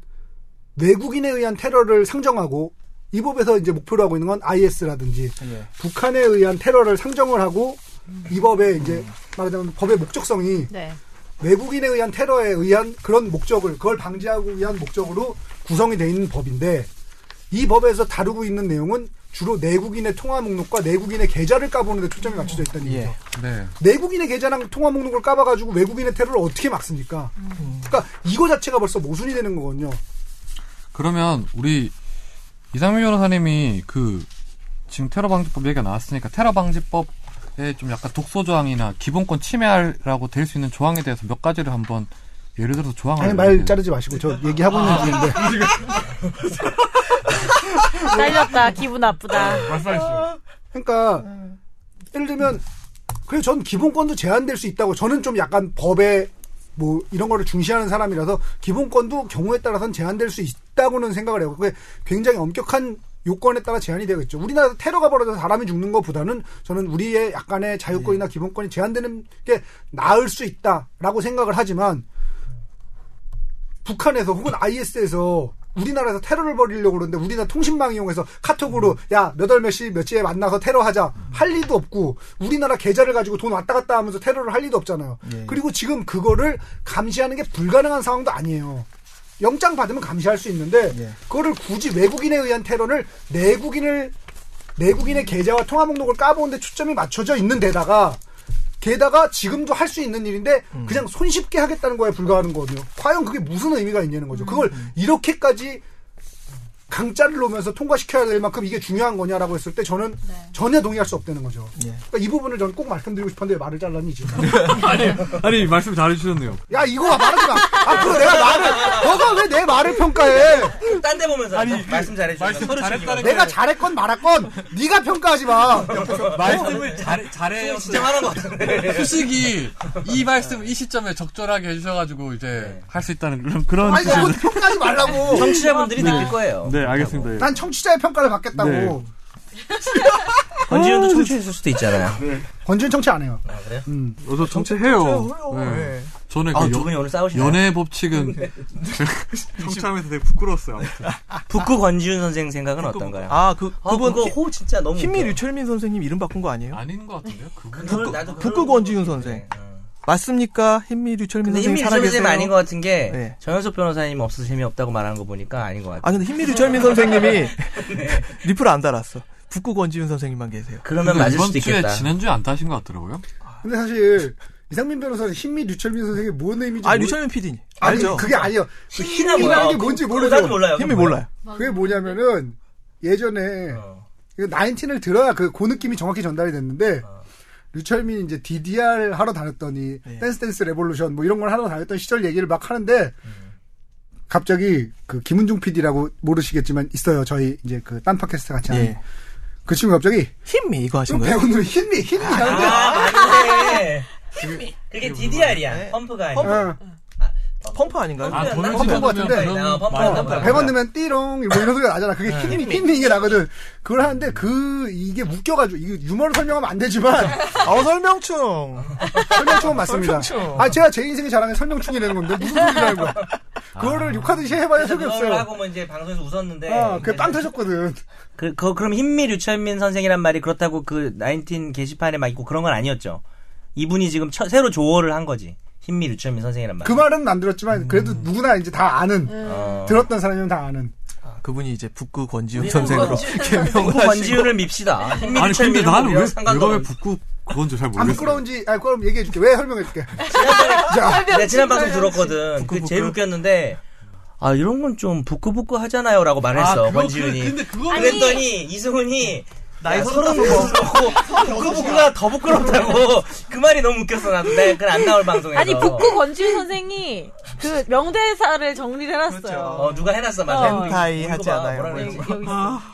외국인에 의한 테러를 상정하고 이 법에서 이제 목표로 하고 있는 건 IS라든지
예.
북한에 의한 테러를 상정을 하고 이 법의 이제 말하자면 법의 목적성이
네.
외국인에 의한 테러에 의한 그런 목적을 그걸 방지하고 위한 목적으로 구성이 돼 있는 법인데 이 법에서 다루고 있는 내용은 주로 내국인의 통화 목록과 내국인의 계좌를 까보는 데 초점이 맞춰져 있다는 얘기죠.
네.
내국인의 계좌랑 통화 목록을 까봐가지고 외국인의 테러를 어떻게 막습니까? 그러니까 이거 자체가 벌써 모순이 되는 거거든요.
그러면 우리 이상민 변호사님이 그 지금 테러 방지법 얘기가 나왔으니까 테러 방지법에 좀 약간 독소 조항이나 기본권 침해라고 될 수 있는 조항에 대해서 몇 자를 한번 예를 들어서 조항을
아니 말 자르지 마시고 저 얘기하고 있는 중인데
잘렸다. 기분 나쁘다.
말씀하시죠.
그러니까 예를 들면 그래 전 기본권도 제한될 수 있다고 저는 좀 약간 법에 뭐 이런 거를 중시하는 사람이라서 기본권도 경우에 따라서는 제한될 수 있다고는 생각을 해요. 그게 굉장히 엄격한 요건에 따라 제한이 되겠죠. 우리나라에서 테러가 벌어져서 사람이 죽는 것보다는 저는 우리의 약간의 자유권이나 기본권이 제한되는 게 나을 수 있다라고 생각을 하지만 북한에서 혹은 IS에서 우리나라에서 테러를 벌이려고 그러는데 우리나라 통신망 이용해서 카톡으로 야 몇 월 몇 시 몇 시에 만나서 테러하자 할 리도 없고 우리나라 계좌를 가지고 돈 왔다 갔다 하면서 테러를 할 리도 없잖아요. 그리고 지금 그거를 감시하는 게 불가능한 상황도 아니에요. 영장 받으면 감시할 수 있는데
예.
그거를 굳이 외국인에 의한 테러를 내국인을 내국인의 계좌와 통화 목록을 까보는데 초점이 맞춰져 있는 데다가 게다가 지금도 할 수 있는 일인데 그냥 손쉽게 하겠다는 거에 불과하는 거거든요. 과연 그게 무슨 의미가 있냐는 거죠. 그걸 이렇게까지 강짜를 놓으면서 통과시켜야 될 만큼 이게 중요한 거냐라고 했을 때 저는 전혀 동의할 수 없다는 거죠.
예.
그러니까 이 부분을 저는 꼭 말씀드리고 싶었는데 말을 잘랐니 지금.
아니 말씀 잘해주셨네요.
야 이거 말하지 마. 앞으로 내가 말을 너가 왜 내 말을 평가해?
딴 데 보면서 말씀 잘해주세요.
말씀
서로
잘했다는
즐기고.
거.
내가 잘했건 말았건 네가 평가하지 마.
말씀을 잘 잘해.
진짜 화난 것 같은데.
어, 네. 수식이 이 말씀 이 시점에 적절하게 해주셔가지고 이제
네.
할 수 있다는 그런 그런
아니
취지에서.
그건 평가하지 말라고.
청취자분들이 느낄 거예요.
네 알겠습니다. 예.
난 청취자의 평가를 받겠다고.
네.
아,
권지윤도 청취했을 수도 있잖아요.
네, 권준 청취 안 해요.
어서 정체해요. 네.
네.
저는 그
아, 네.
연-
두 분이 오늘 싸우시나요?
연애 법칙은
청취하면서 되게 부끄러웠어요.
북구 권지윤 선생 생각은 어떤가요?
아, 아, 그,
아,
그분
그거
히-
호 진짜 너무
hin미
웃겨.
류철민 선생님 이름 바꾼 거 아니에요?
아닌 것 같은데요. 그분
그걸 나도 그걸
북극 원지윤
모르겠네.
선생.
어.
맞습니까? hin미 예. 류철민
근데
선생님
힘이 류철민
살아계세요?
아닌 것 같은 게
네.
정현석 변호사님 없어서 재미없다고 말하는 거 보니까 아닌 것 같아요.
아, 근데 hin미 류철민 선생님이 네. 리플 안 달았어. 북극 원지윤 선생님만 계세요.
그러면 맞을
이번
수도
주에
있겠다.
지난주에 안 따신 것 같더라고요.
근데 사실 이상민 변호사는 흰미 류철민 선생이 뭔 의미인지
아,
모르-
류철민 PD님.
아니,
알죠?
그게 아니에요. 그 흰미라는 게 뭔지
나도
모르죠.
몰라요.
힘이 몰라요.
그게 뭐냐면은 예전에
어.
이거 나인틴을 들어야 그 고 느낌이 정확히 전달이 됐는데 류철민이 이제 DDR 하러 다녔더니
어. 네.
댄스 댄스 레볼루션 뭐 이런 걸 하러 다녔던 시절 얘기를 막 하는데
음.
갑자기 그 김은중 PD라고 모르시겠지만 있어요. 저희 이제 그 딴 팟캐스트 같이 하는
예.
그 친구 갑자기
힘미 이거 하신
좀
거예요?
배우는 흰미 흰미 하는데
아, 맞네. 그게 DDR이야. 펌프가 아니야.
어.
펌프 아닌가요? 그
아, 돈을
펌프
집어넣으면
같은데.
그런
아, 펌프,
말이
펌프.
나와요.
100원 넣으면 띠롱 뭐 이런 소리가 나잖아. 그게 힘이 힘이 이게 나거든. 그걸 하는데 그 이게 웃겨가지고 이게 유머를 설명하면 안 되지만
아, 설명충.
설명충은 맞습니다.
설명충.
아 제가 제 인생의 자랑에 설명충이라는 건데 무슨 소리라는 거야. 그거를 욕하듯이 해봐야 소이
그걸
없어요.
하고 뭐 이제 방송에서 웃었는데. 네.
아, 그빵 터졌거든.
그, 그, 그럼 흰미 류철민 선생이란 말이 그렇다고 그 나인틴 게시판에 막 있고 그런 건 아니었죠. 이분이 지금 처- 새로 조어를 한 거지. 흰미 류철민 선생이란 말.
그 말은 안 들었지만 그래도 누구나 이제 다 아는
어.
들었던 사람이면 다 아는.
아, 그분이 이제 네, 북극 원지윤 선생으로 개명을
북구
하신
권지윤을 밉시다. 흰미
아니 근데
류철민은
나는 왜
우리랑 상관도
내가 왜
없는-
붙고 그건지 잘
안
모르겠어요.
부끄러운지 아 그럼 얘기해줄게. 왜 설명해줄게. 자
내가 지난 방송 들었거든. 그
북극.
제일 웃겼는데 아 이런 건 좀 부끄부끄 하잖아요라고 말했어 권지윤이.
그거
그랬더니 이승훈이 나이 서른 먹고 부끄부끄가 더 부끄럽다고 그 말이 너무 웃겼어 나도 내 그건 안 나올 방송에서.
아니 북구 권지윤 선생이 그 명대사를 정리를 해놨어요.
어 누가 해놨어
어,
맞아.
헨타이
이거
하지
봐,
않아요.
뭐라
뭐
그래,
이런
여기 있어.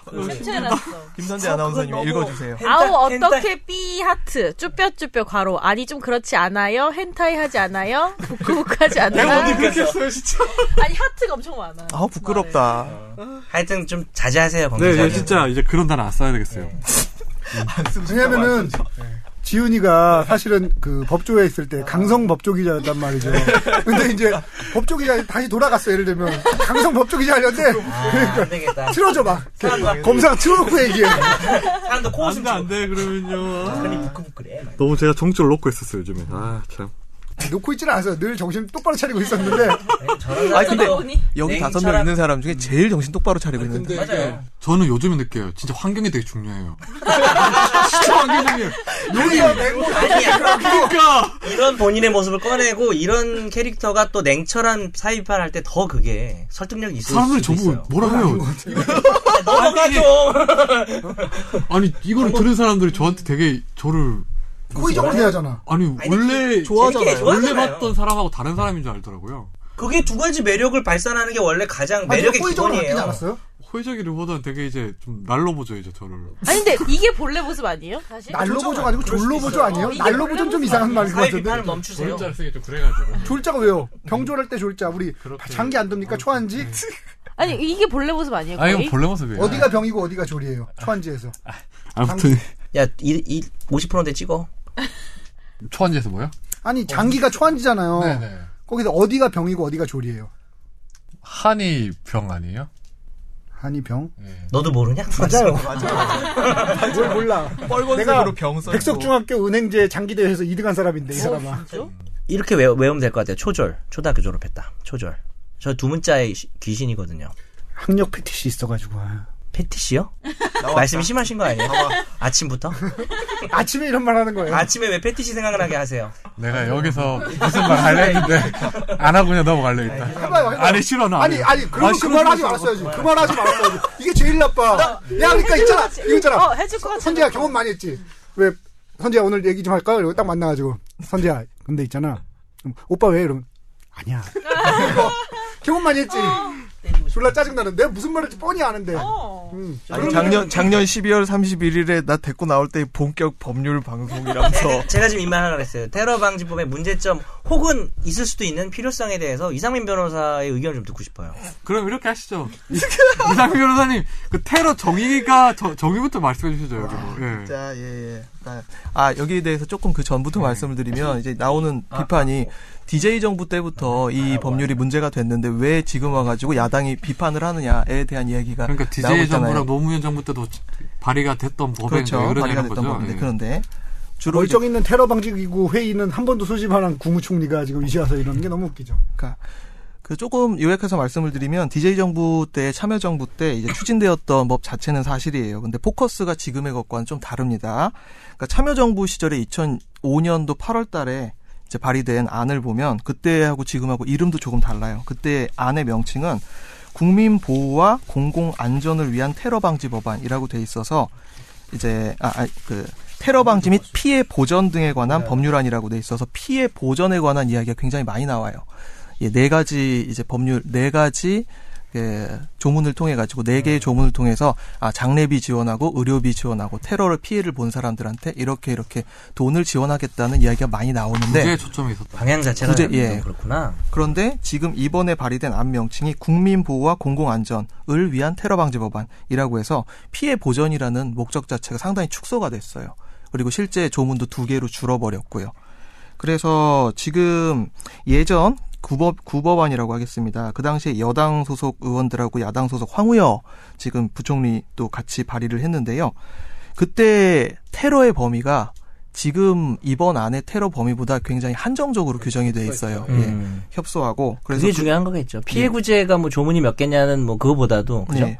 캡처해놨어.
김선재 아나운서님
너무-
읽어주세요.
아우
헨타-
어떻게 삐 하트 쭈뼛쭈뼛 과로 아니 좀 그렇지 않아요 hentai 하지 않아요 부끄부끄하지 않아요
그렇겠어요 진짜.
아니 하트가 엄청 많아
아 부끄럽다.
하여튼 좀 자제하세요
네,
검사님.
네 진짜 이제 그런 단어 안 써야 되겠어요.
왜냐면은 지훈이가 사실은 그 법조에 있을 때 강성 법조 기자였단 말이죠. 근데 이제 법조 기자 다시 돌아갔어 예를 들면 강성 법조 기자였는데
아,
그러니까
안 되겠다.
틀어줘 막
사람도
검사가 틀어놓고 얘기해.
사람도 코웃음
안돼 안돼
치고.
그러면요.
사람이 부끄부끄래. 막.
너무 제가 정적을 놓고 있었어요 요즘에. 아 참.
놓고 있지는 않았어요. 늘 정신 똑바로 차리고 있었는데
저랑
아니 근데
나오니?
여기
내
다섯
인사랑-
명 있는 사람 중에 제일 정신 똑바로 차리고 있는.
근데 이게
맞아요.
저는 요즘에 느껴요. 진짜 환경이 되게 중요해요. 진짜 환경이 중요해요.
여기가 맹목
아니야.
그러니까
이런 본인의 모습을 꺼내고 이런 캐릭터가 또 냉철한 사이판 할 때 더 그게 설득력이 있을
사람들이
수도
저보고
있어요.
뭐라 해요.
넘어가 좀.
아니 이거를 들은 사람들이 저한테 되게 저를
호의적으로 돼야잖아.
아니 원래
재밌게 좋아하잖아요.
원래 봤던 사람하고 다른 사람인 줄 알더라고요.
그게 두 가지 매력을 발산하는 게 원래 가장
아니,
매력의
호의적으로 바뀌지
기본이에요.
않았어요?
호의적이를 보던 되게 이제 좀 날로 보죠 이제 저를.
아니 근데 이게 본래 모습 아니에요? 사실?
날로 보조 아니고 졸로 보조 아니에요?
어, 이게
날로 보조는 좀 이상한 말인 것
사회 비판을
같은데.
멈추세요.
쓰기 좀 그래가지고.
졸자가 왜요? 병졸할 때 졸자. 우리 장기 안
어,
돕니까? 초한지?
아니 이게 본래 모습 아니에요?
아 이건
거의?
본래 모습이에요.
어디가 병이고 어디가 졸이에요? 초한지에서.
아무튼
야, 이, 이 50%인데 찍어.
초안지에서 뭐요?
아니 장기가 초한지잖아요.
네네.
거기서 어디가 병이고 어디가 졸이에요?
한이 병 아니에요?
한이 병?
네.
너도 모르냐?
뭘 몰라.
빨간색으로 병 써.
백석중학교 은행제 장기대회에서 2등한 사람인데 이 사람아.
이렇게 외, 외우면 될 것 같아요. 초절. 초등학교 졸업했다. 초절. 저 두 문자의 시- 귀신이거든요.
학력 패티시 있어가지고. 아.
패티시요? 말씀이 심하신 거 아니에요? 아침부터?
아침에 이런 말 하는 거예요.
아침에 왜 패티시 생각을 하게 하세요?
내가 여기서 무슨 말 할래 했는데 안 하고 그냥 넘어갈래 일단.
네, 해봐요, 해봐요.
아니 싫어 나. 안
아니
해요.
아니 그러면
아,
그
싫어,
말 하지
싫어,
말았어야지. 그 말 하지 말았어야지. 이게 제일 나빠. 야 그러니까 있잖아. 이거 있잖아.
어 해줄 것 같아.
선재야 경험 많이 했지. 왜 선재야 오늘 얘기 좀 할까? 이러고 딱 만나가지고 선재야 근데 있잖아. 그럼 오빠 왜 이러면 아니야. 이거 경험 많이 했지. 졸라 짜증 나는. 내가 무슨 말할지 뻔히 아는데.
어.
음.
아니, 작년 작년 12월 31일에 나 데리고 나올 때 본격 법률 방송이라면서
제가 지금 이말 하려고 했어요. 테러 방지법의 문제점 혹은 있을 수도 있는 필요성에 대해서 이상민 변호사의 의견을 좀 듣고 싶어요.
그럼 이렇게 하시죠. 이상민 변호사님 그 테러 정의가 저- 정의부터 말씀해 주시죠 여러분. 예.
자, 예, 예. 아, 아, 여기에 대해서 조금 그 전부터 말씀을 드리면, 이제 나오는 비판이, DJ 정부 때부터 이 법률이 문제가 됐는데, 왜 지금 와가지고 야당이 비판을 하느냐에 대한 이야기가.
그러니까
나오고
DJ
있잖아요.
정부랑 노무현 정부 때도 발의가 됐던 법에
그렇죠.
그런
발의가
얘기하는
됐던
거죠.
법인데,
예.
그런데. 주로 이제
멀쩡 있는 테러 방지기구 회의는 한 번도 소집한 한 국무총리가 지금 이제 와서 이러는 게 너무 웃기죠.
그러니까 그 조금 요약해서 말씀을 드리면 DJ 정부 때 참여 정부 때 이제 추진되었던 법 자체는 사실이에요. 근데 포커스가 지금의 것과는 좀 다릅니다. 그러니까 참여 정부 시절에 2005년도 8월 달에 이제 발의된 안을 보면 그때하고 지금하고 이름도 조금 달라요. 그때 안의 명칭은 국민 보호와 공공 안전을 위한 테러 방지 법안이라고 돼 있어서 이제 아그 테러 방지 및 피해 보전 등에 관한 법률안이라고 돼 있어서 피해 보전에 관한 이야기가 굉장히 많이 나와요. 예, 네 가지 이제 법률 네 가지 예, 조문을 통해 가지고 네 개의 조문을 통해서 아 장례비 지원하고 의료비 지원하고 테러를 피해를 본 사람들한테 이렇게 이렇게 돈을 지원하겠다는 이야기가 많이
네.
나오는데
구제에 초점이 있었다.
방향 자체가
구제-
좀
예.
그렇구나.
그런데 지금 이번에 발의된 안 명칭이 국민 보호와 공공 안전을 위한 테러 방지 법안이라고 해서 피해 보전이라는 목적 자체가 상당히 축소가 됐어요. 그리고 실제 조문도 두 개로 줄어버렸고요. 그래서 지금 예전 구법 구법안이라고 하겠습니다. 그 당시에 여당 소속 의원들하고 야당 소속 황우여 지금 부총리도 같이 발의를 했는데요. 그때 테러의 범위가 지금 이번 안에 테러 범위보다 굉장히 한정적으로 규정이 돼 있어요. 예.
음.
협소하고 그래서
그게
그-
중요한 거겠죠. 예. 피해 구제가 뭐 조문이 몇 개냐는 뭐 그거보다도 그죠?
네.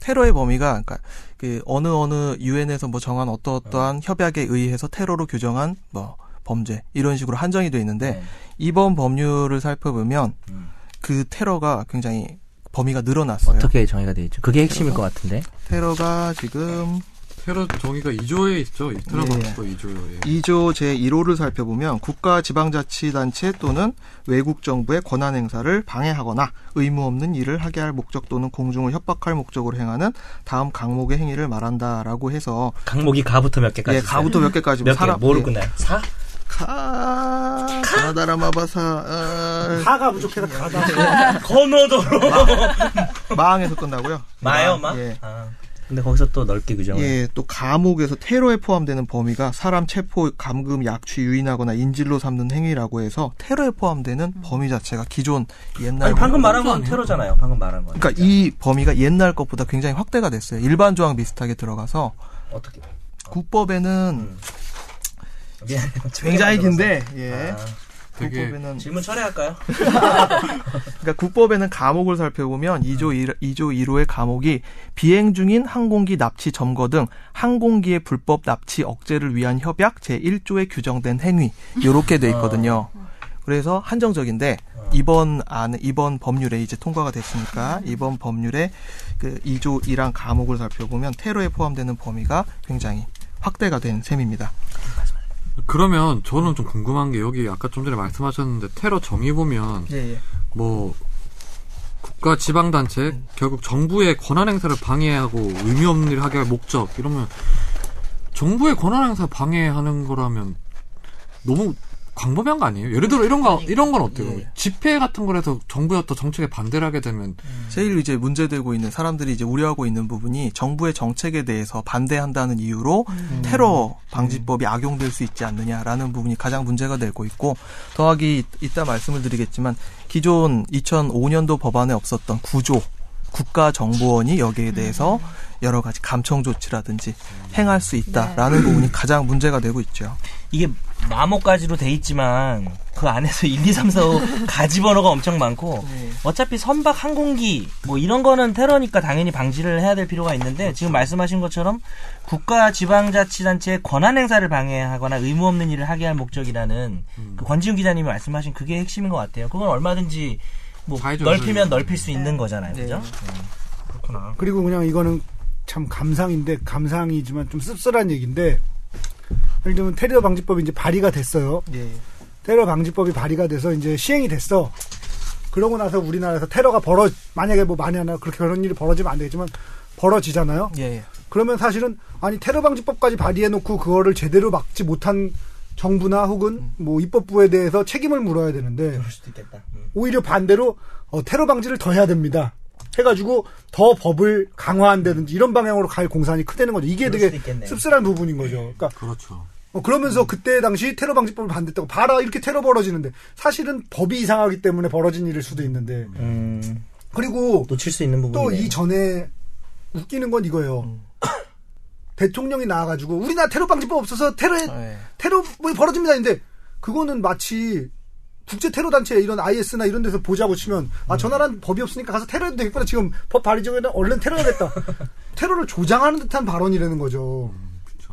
테러의 범위가 그러니까 그 어느 어느 유엔에서 뭐 정한 어떠어떠한 협약에 의해서 테러로 규정한 뭐 범죄 이런 식으로 한정이 돼 있는데
네.
이번 법률을 살펴보면
음.
그 테러가 굉장히 범위가 늘어났어요.
어떻게 정의가 돼 있죠? 그게 핵심일 것 같은데.
테러가 지금
테러 정의가 2조에 있죠. 이 테러
예.
방지법 2조에.
2조 제1호를 살펴보면 국가 지방자치단체 또는 외국 정부의 권한 행사를 방해하거나 의무 없는 일을 하게 할 목적 또는 공중을 협박할 목적으로 행하는 다음 강목의 행위를 말한다라고 해서
강목이 가부터 몇 개까지.
예,
있어요?
가부터 몇 개까지
몇 개? 뭐로
예.
끝나요? 사?
카 가나다라마바사 아,
가가 부족해서 가다.
건어도로.
마항에서 끝나고요.
마요 마.
예.
아. 근데 거기서 또 넓게 규정을.
예, 또 감옥에서 테러에 포함되는 범위가 사람 체포, 감금, 약취, 유인하거나 인질로 삼는 행위라고 해서 테러에 포함되는 범위 자체가 기존 옛날
아니 방금 말한 건 테러잖아요. 방금 말한 건.
그러니까 이 범위가 옛날 것보다 굉장히 확대가 됐어요. 일반 조항 비슷하게 들어가서
어떻게?
국법에는
음,
미안해요.
굉장히 긴데 예.
아,
되게
국법에는
질문 철회할까요?
그러니까 국법에는 감옥을 살펴보면 2조 1, 2조 1호의 감옥이 비행 중인 항공기 납치 점거 등 항공기의 불법 납치 억제를 위한 협약 제1조에 규정된 행위 요렇게 돼 있거든요. 그래서 한정적인데 이번 안 이번 법률에 이제 통과가 됐으니까 이번 법률에 그 2조 1항 감옥을 살펴보면 테러에 포함되는 범위가 굉장히 확대가 된 셈입니다.
그러면 저는 좀 궁금한 게 여기 아까 좀 전에 말씀하셨는데 테러 정의 보면
예, 예.
뭐 국가 지방 단체
예.
결국 정부의 권한 행사를 방해하고 의미 없는 일을 하게 할 목적 이러면 정부의 권한 행사 방해하는 거라면 너무 광범위한 거 아니에요? 예를 들어 이런
그러니까.
거 이런 건 어때요?
예.
집회 같은 걸 해서 정부의 어떤 정책에 반대를 하게 되면
예.
제일 이제 문제되고 있는 사람들이 이제 우려하고 있는 부분이 정부의 정책에 대해서 반대한다는 이유로
음.
테러 방지법이 악용될 수 있지 않느냐라는 부분이 가장 문제가 되고 있고 더하기 이따 말씀을 드리겠지만 기존 2005년도 법안에 없었던 구조 국가정보원이 여기에 대해서
음.
여러 가지 감청 조치라든지 행할 수 있다라는
네.
부분이 가장 문제가 되고 있죠.
이게 마모까지로 돼 있지만 그 안에서 1, 2, 3, 4, 5 가지 번호가 엄청 많고 어차피 선박 항공기 뭐 이런 거는 테러니까 당연히 방지를 해야 될 필요가 있는데 지금 말씀하신 것처럼 국가 지방자치단체의 권한 행사를 방해하거나 의무 없는 일을 하게 할 목적이라는 그 권지훈 기자님이 말씀하신 그게 핵심인 것 같아요. 그건 얼마든지 뭐
자유적
넓히면
의무.
넓힐 수 있는 거잖아요. 그죠? 음, 그렇구나.
그리고 그냥 이거는 참 감상인데 감상이지만 좀 씁쓸한 얘기인데 예를 들면 테러 방지법이 이제 발의가 됐어요. 테러 방지법이 발의가 돼서 이제 시행이 됐어. 그러고 나서 우리나라에서 테러가 벌어 만약에 뭐 많이 하나 그렇게 그런 일이 벌어지면 안 되겠지만 벌어지잖아요.
예, 예.
그러면 사실은 아니 테러 방지법까지 발의해 놓고 그거를 제대로 막지 못한 정부나 혹은 뭐 입법부에 대해서 책임을 물어야 되는데
그럴 수도 있겠다. 음.
오히려 반대로 어, 테러 방지를 더 해야 됩니다. 해가지고 더 법을 강화한다든지 이런 방향으로 갈 공산이 크다는 거죠. 이게
그럴
되게
수도 있겠네요.
씁쓸한 부분인 거죠. 그러니까
그렇죠.
어, 그러면서 그때 당시 테러 방지법을 반대했다고 봐라 이렇게 테러 벌어지는데 사실은 법이 이상하기 때문에 벌어진 일일 수도 있는데
음,
그리고
놓칠 수 있는 부분이
또 이 전에 웃기는 건 이거예요. 대통령이 나와가지고 우리나라 테러 방지법 없어서 테러에
예.
테러 뭐 벌어집니다. 근데 그거는 마치 국제 테러 단체 이런 IS나 이런 데서 보자고 치면 아저 나라는 법이 없으니까 가서 테러해도 되겠구나 지금 법 발의 중에는 얼른 테러해야겠다. 테러를 조장하는 듯한 발언이라는 거죠.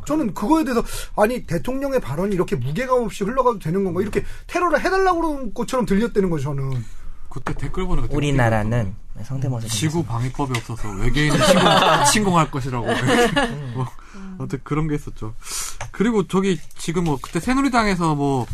저는 음, 그거에 대해서 아니 대통령의 발언이 이렇게 무게감 없이 흘러가도 되는 건가 이렇게 테러를 해달라고 그런 것처럼 들렸다는 거죠 저는
그때 댓글 보니까 되게
우리나라는 성대모사
지구 방위법이 없어서 외계인이 침공, 침공할 것이라고 뭐, 아무튼 그런 게 있었죠. 그리고 저기 지금 뭐 그때 새누리당에서 뭐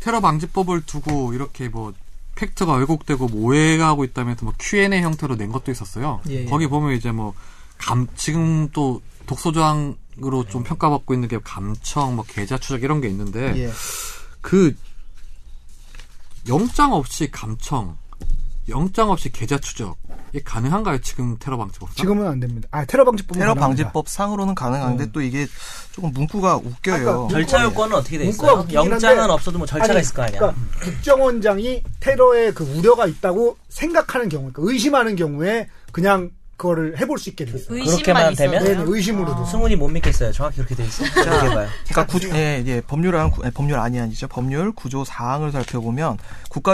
테러 방지법을 두고 이렇게 뭐 팩트가 왜곡되고 뭐 오해가 하고 있다면서 뭐 Q&A 형태로 낸 것도 있었어요.
예, 예.
거기 보면 이제 뭐 감 지금 또 독소조항으로 좀 평가받고 있는 게 감청, 뭐 계좌 추적 이런 게 있는데
예.
그 영장 없이 감청, 영장 없이 계좌 추적 이게 가능한가요? 지금 테러 방지법
지금은 안 됩니다. 아 테러 방지법
테러 방지법 상으로는 가능한데 또 이게 조금 문구가 웃겨요.
아까
절차 요건은 어떻게 돼
문구가
네, 있어요?
웃기긴 한데-
영장은 없어도 뭐 절차가 있을 거 아니야.
그러니까 국정원장이 테러의 그 우려가 있다고 생각하는 경우, 그러니까 의심하는 경우에 그냥 그거를 해볼 수 있게 돼 있어요.
그렇게만
의심만 있어요.
되면?
네, 네, 의심으로도.
뭐
아,
승훈이 못 믿겠어요. 정확히 그렇게 돼 있어요. 얘기해 봐요.
그러니까 구, 예, 예, 법률안 구- 예, 법률 아니 아니죠. 법률 구조 사항을 살펴보면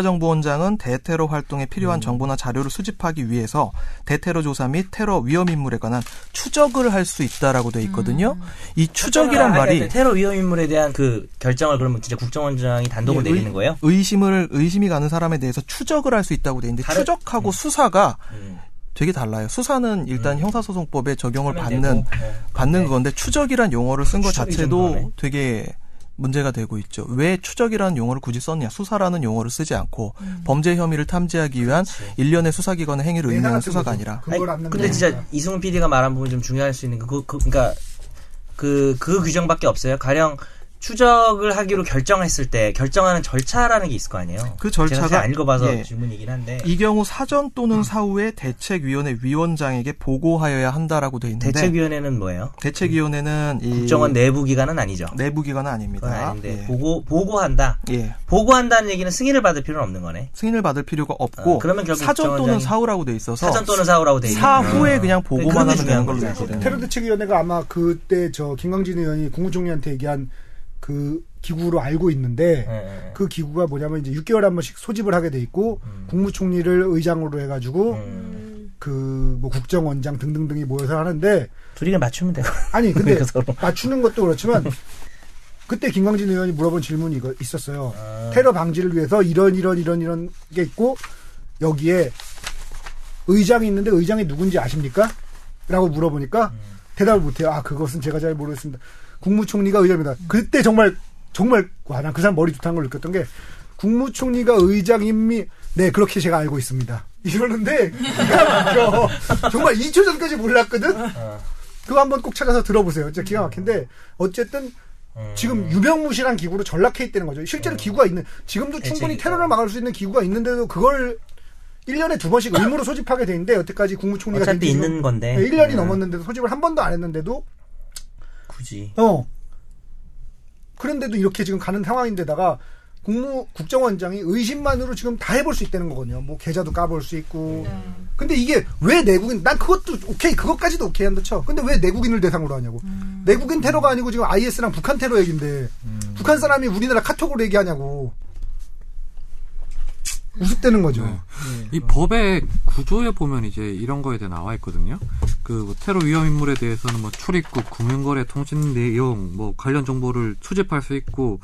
국가정보원장은 대테러 활동에 필요한 정보나 자료를 수집하기 위해서 대테러 조사 및 테러 위험 인물에 관한 추적을 할 수 있다라고 돼 있거든요. 이 음. 추적이란 말이 예,
테러 위험 인물에 대한 그 결정을 그러면 진짜 국정원장이 단독으로
예,
내리는 거예요?
의심을 의심이 가는 사람에 대해서 추적을 할 수 있다고 돼 있는데
다른-
추적하고 수사가
음.
되게 달라요. 수사는 일단 형사소송법에 적용을
하면
받는
되고, 예.
받는 건데 추적이란 용어를 쓴 것
추적이 좀 다네.
자체도 되게 문제가 되고 있죠. 왜 추적이라는 용어를 굳이 썼냐? 수사라는 용어를 쓰지 않고
음.
범죄 혐의를 탐지하기 위한 일련의 수사기관의 행위를 의미하는 수사가 아니라
아니,
그걸 안는
근데 진짜 이승훈 PD가 말한 부분 좀 중요할 수 있는 거, 그, 그, 그니까, 그, 그 규정밖에 없어요. 가령 추적을 하기로 결정했을 때 결정하는 절차라는 게 있을 거 아니에요?
그
제가 잘
절차가
안 읽어봐서
예.
질문이긴 한데.
이 경우 사전 또는 사후에 대책위원회 위원장에게 보고하여야 한다라고 돼 있는데
대책위원회는 뭐예요?
대책위원회는 이
국정원 내부 기관은 아니죠.
내부 기관은 아닙니다.
그건 아닌데
예.
보고 보고한다.
예.
보고한다는 얘기는 승인을 받을 필요는 없는 거네.
승인을 받을 필요가 없고
아, 그러면 결국
사전 또는
국정원장이-
사후라고 돼 있어서
사전 또는 사후라고 돼 있는. 어.
사후에 그냥
그런
보고만
게
하면 되는
중요한
걸로 돼
거죠.
있거든요.
테러 대책위원회가 아마 그때 저 김광진 의원이 국무총리한테 얘기한 그 기구로 알고 있는데
예, 예.
그 기구가 뭐냐면 이제 6개월 에한 번씩 소집을 하게 돼 있고
음.
국무총리를 의장으로 해가지고
음.
그 뭐 국정원장 등등등이 모여서 하는데
둘이 그냥 맞추면 되고.
아니 근데
그러니까 서로.
맞추는 것도 그렇지만 그때 김광진 의원이 물어본 질문이 이거 있었어요.
아.
테러 방지를 위해서 이런 이런 이런 이런 게 있고 여기에 의장이 있는데 의장이 누군지 아십니까? 라고 물어보니까
음.
대답을 못해요. 아 그것은 제가 잘 모르겠습니다. 국무총리가 의장입니다. 그때 정말 정말 와난 그 사람 머리 좋다는 걸 느꼈던 게 국무총리가 의장임이 네 그렇게 제가 알고 있습니다. 이러는데 기가 막혀. 정말 2초 전까지 몰랐거든.
어.
그거 한번 꼭 찾아서 들어보세요. 진짜 기가 막힌데 어쨌든 지금 유명무실한 기구로 전락해 있다는 거죠. 실제로 기구가 있는 지금도 충분히
어. 애착이-
테러를 막을 수 있는 기구가 있는데도 그걸 1년에 두 번씩 의무로 소집하게 돼 있는데 여태까지 국무총리가
어차피
된 지는
있는 건데.
1년이
음.
넘었는데도 소집을 한 번도 안 했는데도
굳이.
어 그런데도 이렇게 지금 가는 상황인데다가 국무 국정원장이 의심만으로 지금 다 해볼 수 있다는 거거든요. 뭐 계좌도 까볼 수 있고. 근데 이게 왜 내국인? 난 그것도 오케이 그것까지도 오케이 한다 쳐. 근데 왜 내국인을 대상으로 하냐고. 내국인 테러가 아니고 지금 IS랑 북한 테러 얘긴데
음.
북한 사람이 우리나라 카톡으로 얘기하냐고. 우습대는 거죠.
네.
이 법의 구조에 보면 이제 이런 거에 대해 나와 있거든요. 그뭐 테러 위험 인물에 대해서는 뭐 출입국, 금융거래, 통신 내용, 뭐 관련 정보를 수집할 수 있고,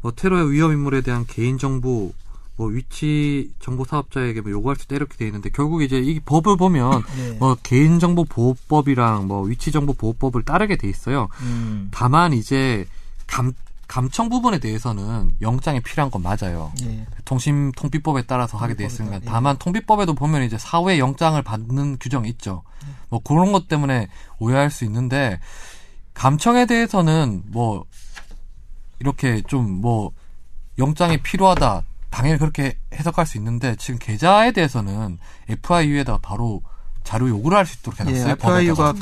뭐 테러의 위험 인물에 대한 개인 정보, 뭐 위치 정보 사업자에게 뭐 요구할 수 있다 이렇게 돼 있는데 결국 이제 이 법을 보면
네.
네.
뭐 개인 정보 보호법이랑 뭐 위치 정보 보호법을 따르게 돼 있어요.
음.
다만 이제 감 감청 부분에 대해서는 영장이 필요한 건 맞아요.
예.
통신 통비법에 따라서 예. 하게 돼 있으니까 다만 통비법에도 보면 이제 사후에 영장을 받는 규정이 있죠. 뭐 그런 것 때문에 오해할 수 있는데 감청에 대해서는 뭐 이렇게 좀 뭐 영장이 필요하다 당연히 그렇게 해석할 수 있는데 지금 계좌에 대해서는 FIU에다가 바로 자료 요구를 할 수 있도록 해놨어요.
예, FIU가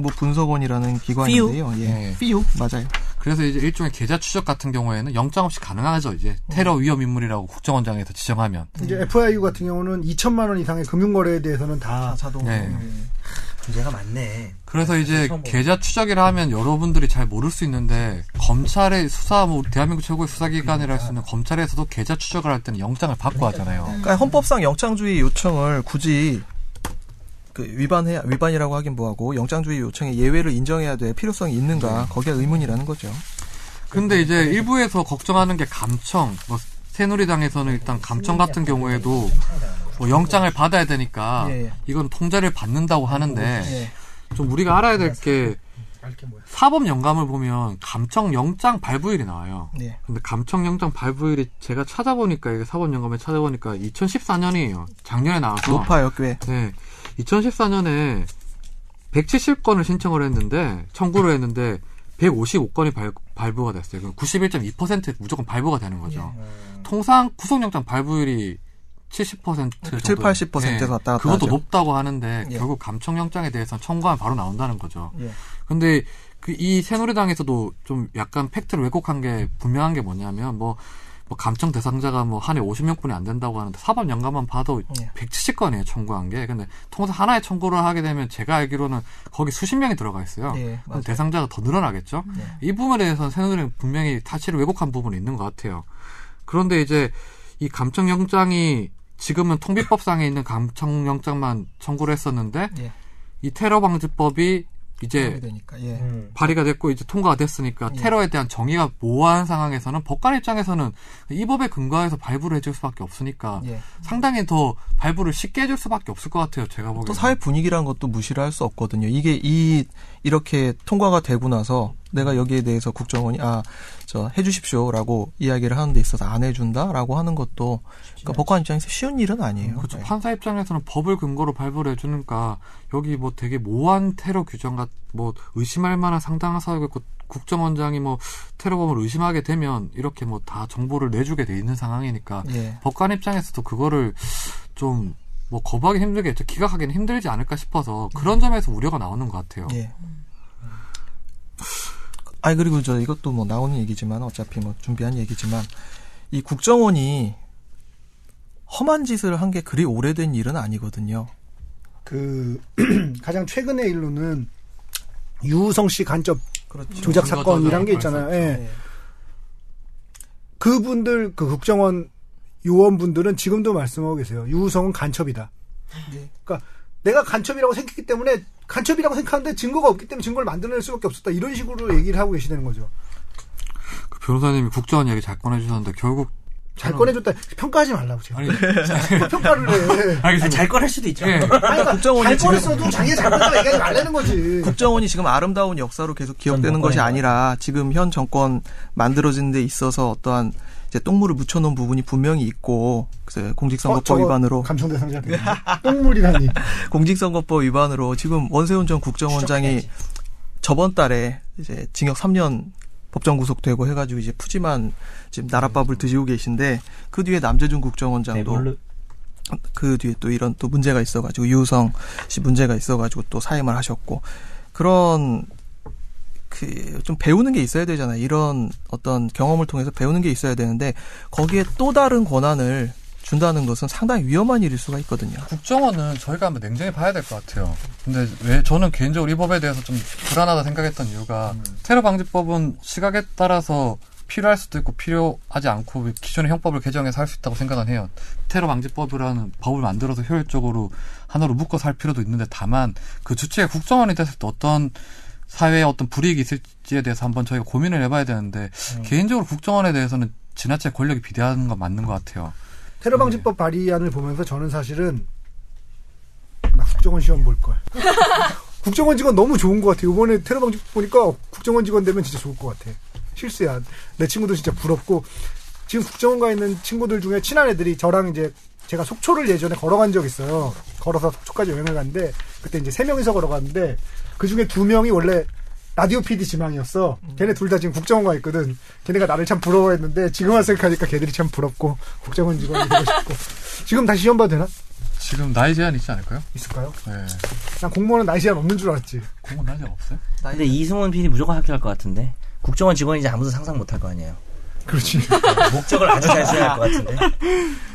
금융정보분석원이라는 기관인데요.
예.
예. 피우 맞아요.
그래서 이제 일종의 계좌 추적 같은 경우에는 영장 없이 가능하죠. 이제 테러 위험 인물이라고 국정원장에서 지정하면
이제 FIU 같은 경우는 2천만 원 이상의 금융거래에 대해서는 다
자동.
예.
문제가 많네.
그래서 이제
처음 보는
계좌 추적이라 하면 여러분들이 잘 모를 수 있는데 검찰의 수사 뭐 대한민국 최고의 수사기관이라 할 수 있는 검찰에서도 계좌 추적을 할 때는 영장을 받고 하잖아요.
그러니까 헌법상 영장주의 요청을 굳이 그 위반해 위반이라고 하긴 뭐하고 영장주의 요청의 예외를 인정해야 될 필요성이 있는가 거기에 의문이라는 거죠.
근데 이제 일부에서 걱정하는 게 감청. 뭐 새누리당에서는 일단 감청 같은 경우에도 뭐 영장을 받아야 되니까
예, 예.
이건 통제를 받는다고
네.
하는데 좀 우리가 알아야 될 게 사법 영감을 보면 감청 영장 발부일이 나와요.
네.
근데 감청영장 발부일이 제가 찾아보니까 이게 사법 영감에 찾아보니까 2014년이에요. 작년에 나와서
높아요, 꽤.
네. 2014년에 170건을 신청을 했는데 청구를 했는데 155건이 발, 부가 됐어요. 그럼 91.2% 무조건 발부가 되는 거죠. 통상 구속영장 발부율이 70% 정도.
7, 80% 에서 뭐, 네. 왔다 갔다
그것도
하죠.
높다고 하는데
예.
결국 감청영장에 대해서는 청구하면 바로 나온다는 거죠.
예.
근데 그 이 새누리당에서도 좀 약간 팩트를 왜곡한 게 분명한 게 뭐냐면 뭐, 뭐 감청 대상자가 뭐 한 해 50명뿐이 안 된다고 하는데 사법 영감만 봐도
예.
170건이에요 청구한 게. 근데 통상 하나의 청구를 하게 되면 제가 알기로는 거기 수십 명이 들어가 있어요.
예,
그럼
맞아요.
대상자가 더 늘어나겠죠.
네.
이 부분에 대해서는 새누리는 분명히 사실을 왜곡한 부분이 있는 것 같아요. 그런데 이제 이 감청영장이 지금은 통비법상에 있는 감청영장만 청구를 했었는데
예.
이 테러 방지법이 이제
되니까. 예.
음.
발의가 됐고 이제 통과가 됐으니까
예.
테러에 대한 정의가 모호한 상황에서는 법관 입장에서는 이 법에 근거해서 발부를 해줄 수밖에 없으니까
예.
상당히 더 발부를 쉽게 해줄 수밖에 없을 것 같아요. 제가 보기에
또 사회 분위기라는 것도 무시를 할 수 없거든요. 이게 이 이렇게 통과가 되고 나서 내가 여기에 대해서 국정원이 아 저 해주십시오라고 이야기를 하는 데 있어서 안 해준다라고 하는 것도 그러니까 법관 입장에서 쉬운 일은 아니에요.
그렇죠.
예.
판사 입장에서는 법을 근거로 발부를 해주니까 여기 뭐 되게 모호한 테러 규정과 뭐 의심할 만한 상당한 사유가 있고 국정원장이 뭐 테러범을 의심하게 되면 이렇게 뭐 다 정보를 내주게 돼 있는 상황이니까
예.
법관 입장에서도 그거를 좀 뭐 거부하기 힘들겠죠. 기각하기는 힘들지 않을까 싶어서 그런 점에서 우려가 나오는 것 같아요.
예. 아니 그리고 저 이것도 뭐 나오는 얘기지만 어차피 뭐 준비한 얘기지만 이 국정원이 험한 짓을 한 게 그리 오래된 일은 아니거든요.
그 가장 최근의 일로는 유우성 씨 간첩
그렇죠.
조작
증거
사건이란 게
조작
네.
있잖아요. 예. 그분들 그 국정원 요원분들은 지금도 말씀하고 계세요. 유우성은 간첩이다.
네.
그러니까 내가 간첩이라고 생각했기 때문에 간첩이라고 생각하는데 증거가 없기 때문에 증거를 만들어낼 수밖에 없었다. 이런 식으로 얘기를 하고 계시는 거죠.
그 변호사님이 국정원 얘기 잘 꺼내주셨는데 결국
잘 꺼내줬다. 평가하지 말라고 제가.
아니
뭐 평가를 해.
아,
알겠습니다.
잘 꺼낼 수도 있죠.
예.
아니, 그러니까
국정원이
잘
지금-
꺼냈어도 자기가 잘못했다고 얘기하지 말라는 거지.
국정원이 지금 아름다운 역사로 계속 기억되는
못
것이
꺼내요.
아니라 지금 현 정권 만들어진 데 있어서 어떠한 이제 똥물을 묻혀놓은 부분이 분명히 있고 그래서 공직선거법
어, 저거
위반으로
감청대상자 됐네. 똥물이라니.
공직선거법 위반으로 지금 원세훈 전 국정원장이 저번 달에 이제 징역 3년 법정 구속되고 해가지고 이제 푸짐한 지금 나랏밥을 드시고 계신데 그 뒤에 남재준 국정원장도
네, 물론
그 뒤에 또 이런 또 문제가 있어가지고 유성 씨 문제가 있어가지고 또 사임을 하셨고 그런 그 좀 배우는 게 있어야 되잖아요. 이런 어떤 경험을 통해서 배우는 게 있어야 되는데 거기에 또 다른 권한을 준다는 것은 상당히 위험한 일일 수가 있거든요.
국정원은 저희가 한번 냉정히 봐야 될 것 같아요. 근데 왜 저는 개인적으로 이 법에 대해서 좀 불안하다 생각했던 이유가 테러 방지법은 시각에 따라서 필요할 수도 있고 필요하지 않고 기존의 형법을 개정해서 할 수 있다고 생각은 해요. 테러 방지법이라는 법을 만들어서 효율적으로 하나로 묶어서 할 필요도 있는데 다만 그 주체가 국정원이 됐을 때 어떤 사회에 어떤 불이익이 있을지에 대해서 한번 저희가 고민을 해봐야 되는데 개인적으로 국정원에 대해서는 지나치게 권력이 비대하는 건 맞는 것 같아요.
테러
네.
방지법 발의안을 보면서 저는 사실은 나 국정원 시험 볼 걸. 국정원 직원 너무 좋은 것 같아. 이번에 테러 방지 법 보니까 국정원 직원 되면 진짜 좋을 것 같아. 실수야. 내 친구들 진짜 부럽고 지금 국정원 가 있는 친구들 중에 친한 애들이 저랑 이제 제가 속초를 예전에 걸어간 적 있어요. 걸어서 속초까지 여행을 갔는데 그때 이제 세 명이서 걸어갔는데 그 중에 두 명이 원래 라디오 PD 지망이었어. 걔네 둘 다 지금 국정원 가 있거든. 걔네가 나를 참 부러워했는데 지금 와서 생각하니까 걔들이 참 부럽고 국정원 직원이 되고 싶고 지금 다시 시험 봐도 되나?
지금 나이 제한 있지 않을까요?
있을까요?
네.
난 공무원은 나이 제한 없는 줄 알았지.
공무원 나이 제한 없어요?
근데 이승원 PD 무조건 합격할 것 같은데 국정원 직원인지 아무도 상상 못 할 거 아니에요.
그렇지.
목적을 아주 잘 수행할 것 같은데.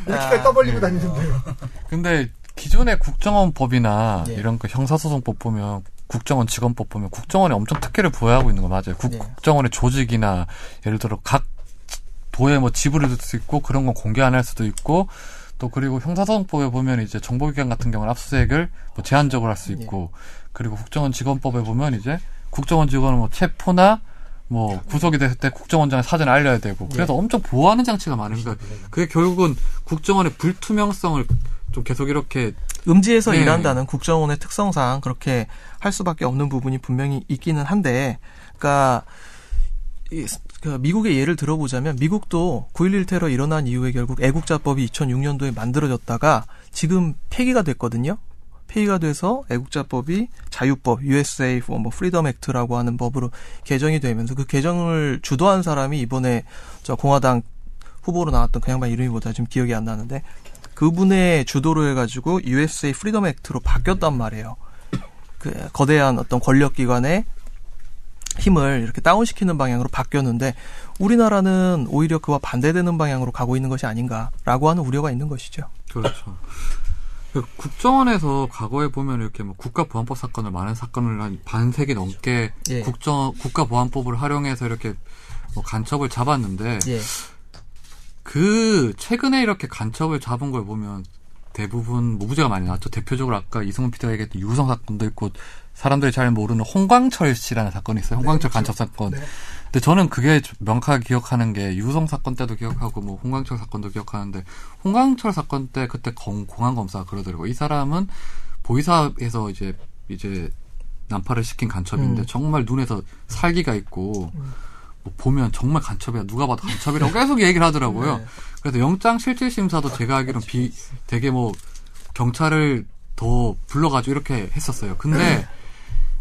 이렇게까지 떠벌리고 다니는데요.
근데 기존의 국정원법이나
예.
이런 그 형사소송법 보면 국정원 직원법 보면 국정원에 엄청 특혜를 부여하고 있는 거 맞아요. 국,
예.
국정원의 조직이나 예를 들어 각 도에 뭐 지불을 줄 수 있고 그런 건 공개 안 할 수도 있고 또 그리고 형사소송법에 보면 이제 정보기관 같은 경우는 압수수색을 뭐 제한적으로 할 수 있고 그리고 국정원 직원법에 보면 이제 국정원 직원은 뭐 체포나 뭐 구속이 됐을 때 국정원장의 사진을 알려야 되고 그래서 엄청 보호하는 장치가 많은 거예요. 그게 결국은 국정원의 불투명성을 좀 계속 이렇게
음지에서
네.
일한다는 국정원의 특성상 그렇게 할 수밖에 없는 부분이 분명히 있기는 한데, 그러니까 이 스- 그 미국의 예를 들어보자면 미국도 9.11 테러 일어난 이후에 결국 애국자법이 2006년도에 만들어졌다가 지금 폐기가 됐거든요. 폐기가 돼서 애국자법이 자유법 USA for 뭐 프리덤 액트라고 하는 법으로 개정이 되면서 그 개정을 주도한 사람이 이번에 저 공화당 후보로 나왔던 그 양반 이름이 뭐다 지금 기억이 안 나는데 그분의 주도로 해가지고 USA 프리덤 액트로 바뀌었단 말이에요. 그 거대한 어떤 권력기관의 힘을 이렇게 다운시키는 방향으로 바뀌었는데 우리나라는 오히려 그와 반대되는 방향으로 가고 있는 것이 아닌가라고 하는 우려가 있는 것이죠.
그렇죠. 그 국정원에서 과거에 보면 이렇게 뭐 국가보안법 사건을 많은 사건을 한 반세기 넘게
예.
국정 국가보안법을 활용해서 이렇게 뭐 간첩을 잡았는데
예.
그 최근에 이렇게 간첩을 잡은 걸 보면 대부분 무죄가 많이 나왔죠. 대표적으로 아까 이승훈 피디가 얘기했던 유성 사건도 있고 사람들이 잘 모르는 홍광철 씨라는 사건이 있어요. 홍광철 간첩 사건. 근데 저는 그게 저- 명확하게 기억하는 게 유성 사건 때도 기억하고 뭐 홍광철 사건도 기억하는데 홍광철 사건 때 그때 공, 공안 검사가 그러더라고. 요이 사람은 보이사에서 이제 이제 난파를 시킨 간첩인데 정말 눈에서 살기가 있고 뭐 보면 정말 간첩이야 누가 봐도 간첩이라고 계속 얘기를 하더라고요.
네.
그래서 영장 실질 심사도 제가 알기로는 비 되게 뭐 경찰을 더 불러가지고 이렇게 했었어요.
네.
근데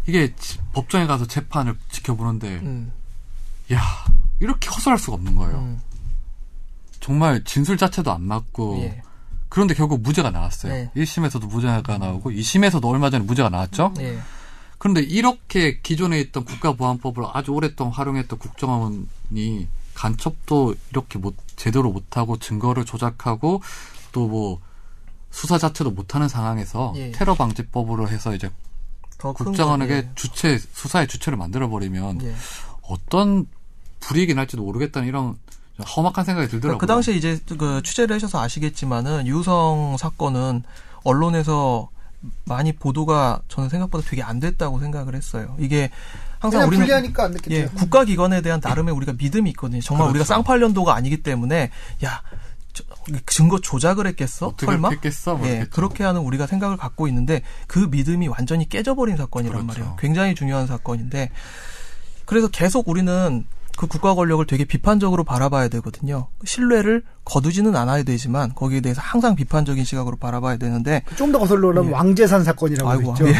이게 지- 법정에 가서 재판을 지켜보는데
음.
야 이렇게 허술할 수가 없는 거예요.
음.
정말 진술 자체도 안 맞고
예.
그런데 결국 무죄가 나왔어요.
네.
일 1심에서도 무죄가 나오고 2심에서도 얼마 전에 무죄가 나왔죠.
예.
그런데 이렇게 기존에 있던 국가보안법을 아주 오랫동안 활용했던 국정원이 간첩도 이렇게 못 제대로 못하고 증거를 조작하고 또 뭐 수사 자체도 못하는 상황에서
예. 어,
테러 방지법으로 해서 이제
더 큰
국정원에게
건,
주체 수사의 주체를 만들어 버리면
예. 예.
어떤 불이익이 날지도 모르겠다는 이런 좀 험악한 생각이 들더라고요.
그 당시에 이제 그 취재를 하셔서 아시겠지만은 유성 사건은 언론에서 많이 보도가 저는 생각보다 되게 안 됐다고 생각을 했어요. 이게 항상
그냥
우리는
불리하니까 안 됐겠죠.
예, 국가 기관에 대한 나름의 우리가 믿음이 있거든요.
그렇죠.
정말 우리가 쌍팔년도가 아니기 때문에 야 저, 증거 조작을 했겠어?
어떻게
설마?
했겠어? 뭐
예,
이렇게
그렇게 하는 우리가 생각을 갖고 있는데 그 믿음이 완전히 깨져버린 사건이란
그렇죠.
말이에요. 굉장히 중요한 사건인데 그래서 계속 우리는 그 국가 권력을 되게 비판적으로 바라봐야 되거든요. 신뢰를 거두지는 않아야 되지만 거기에 대해서 항상 비판적인 시각으로 바라봐야 되는데
좀 더 거슬러 올라면 왕재산 사건이라고
아이고,
있죠.
예.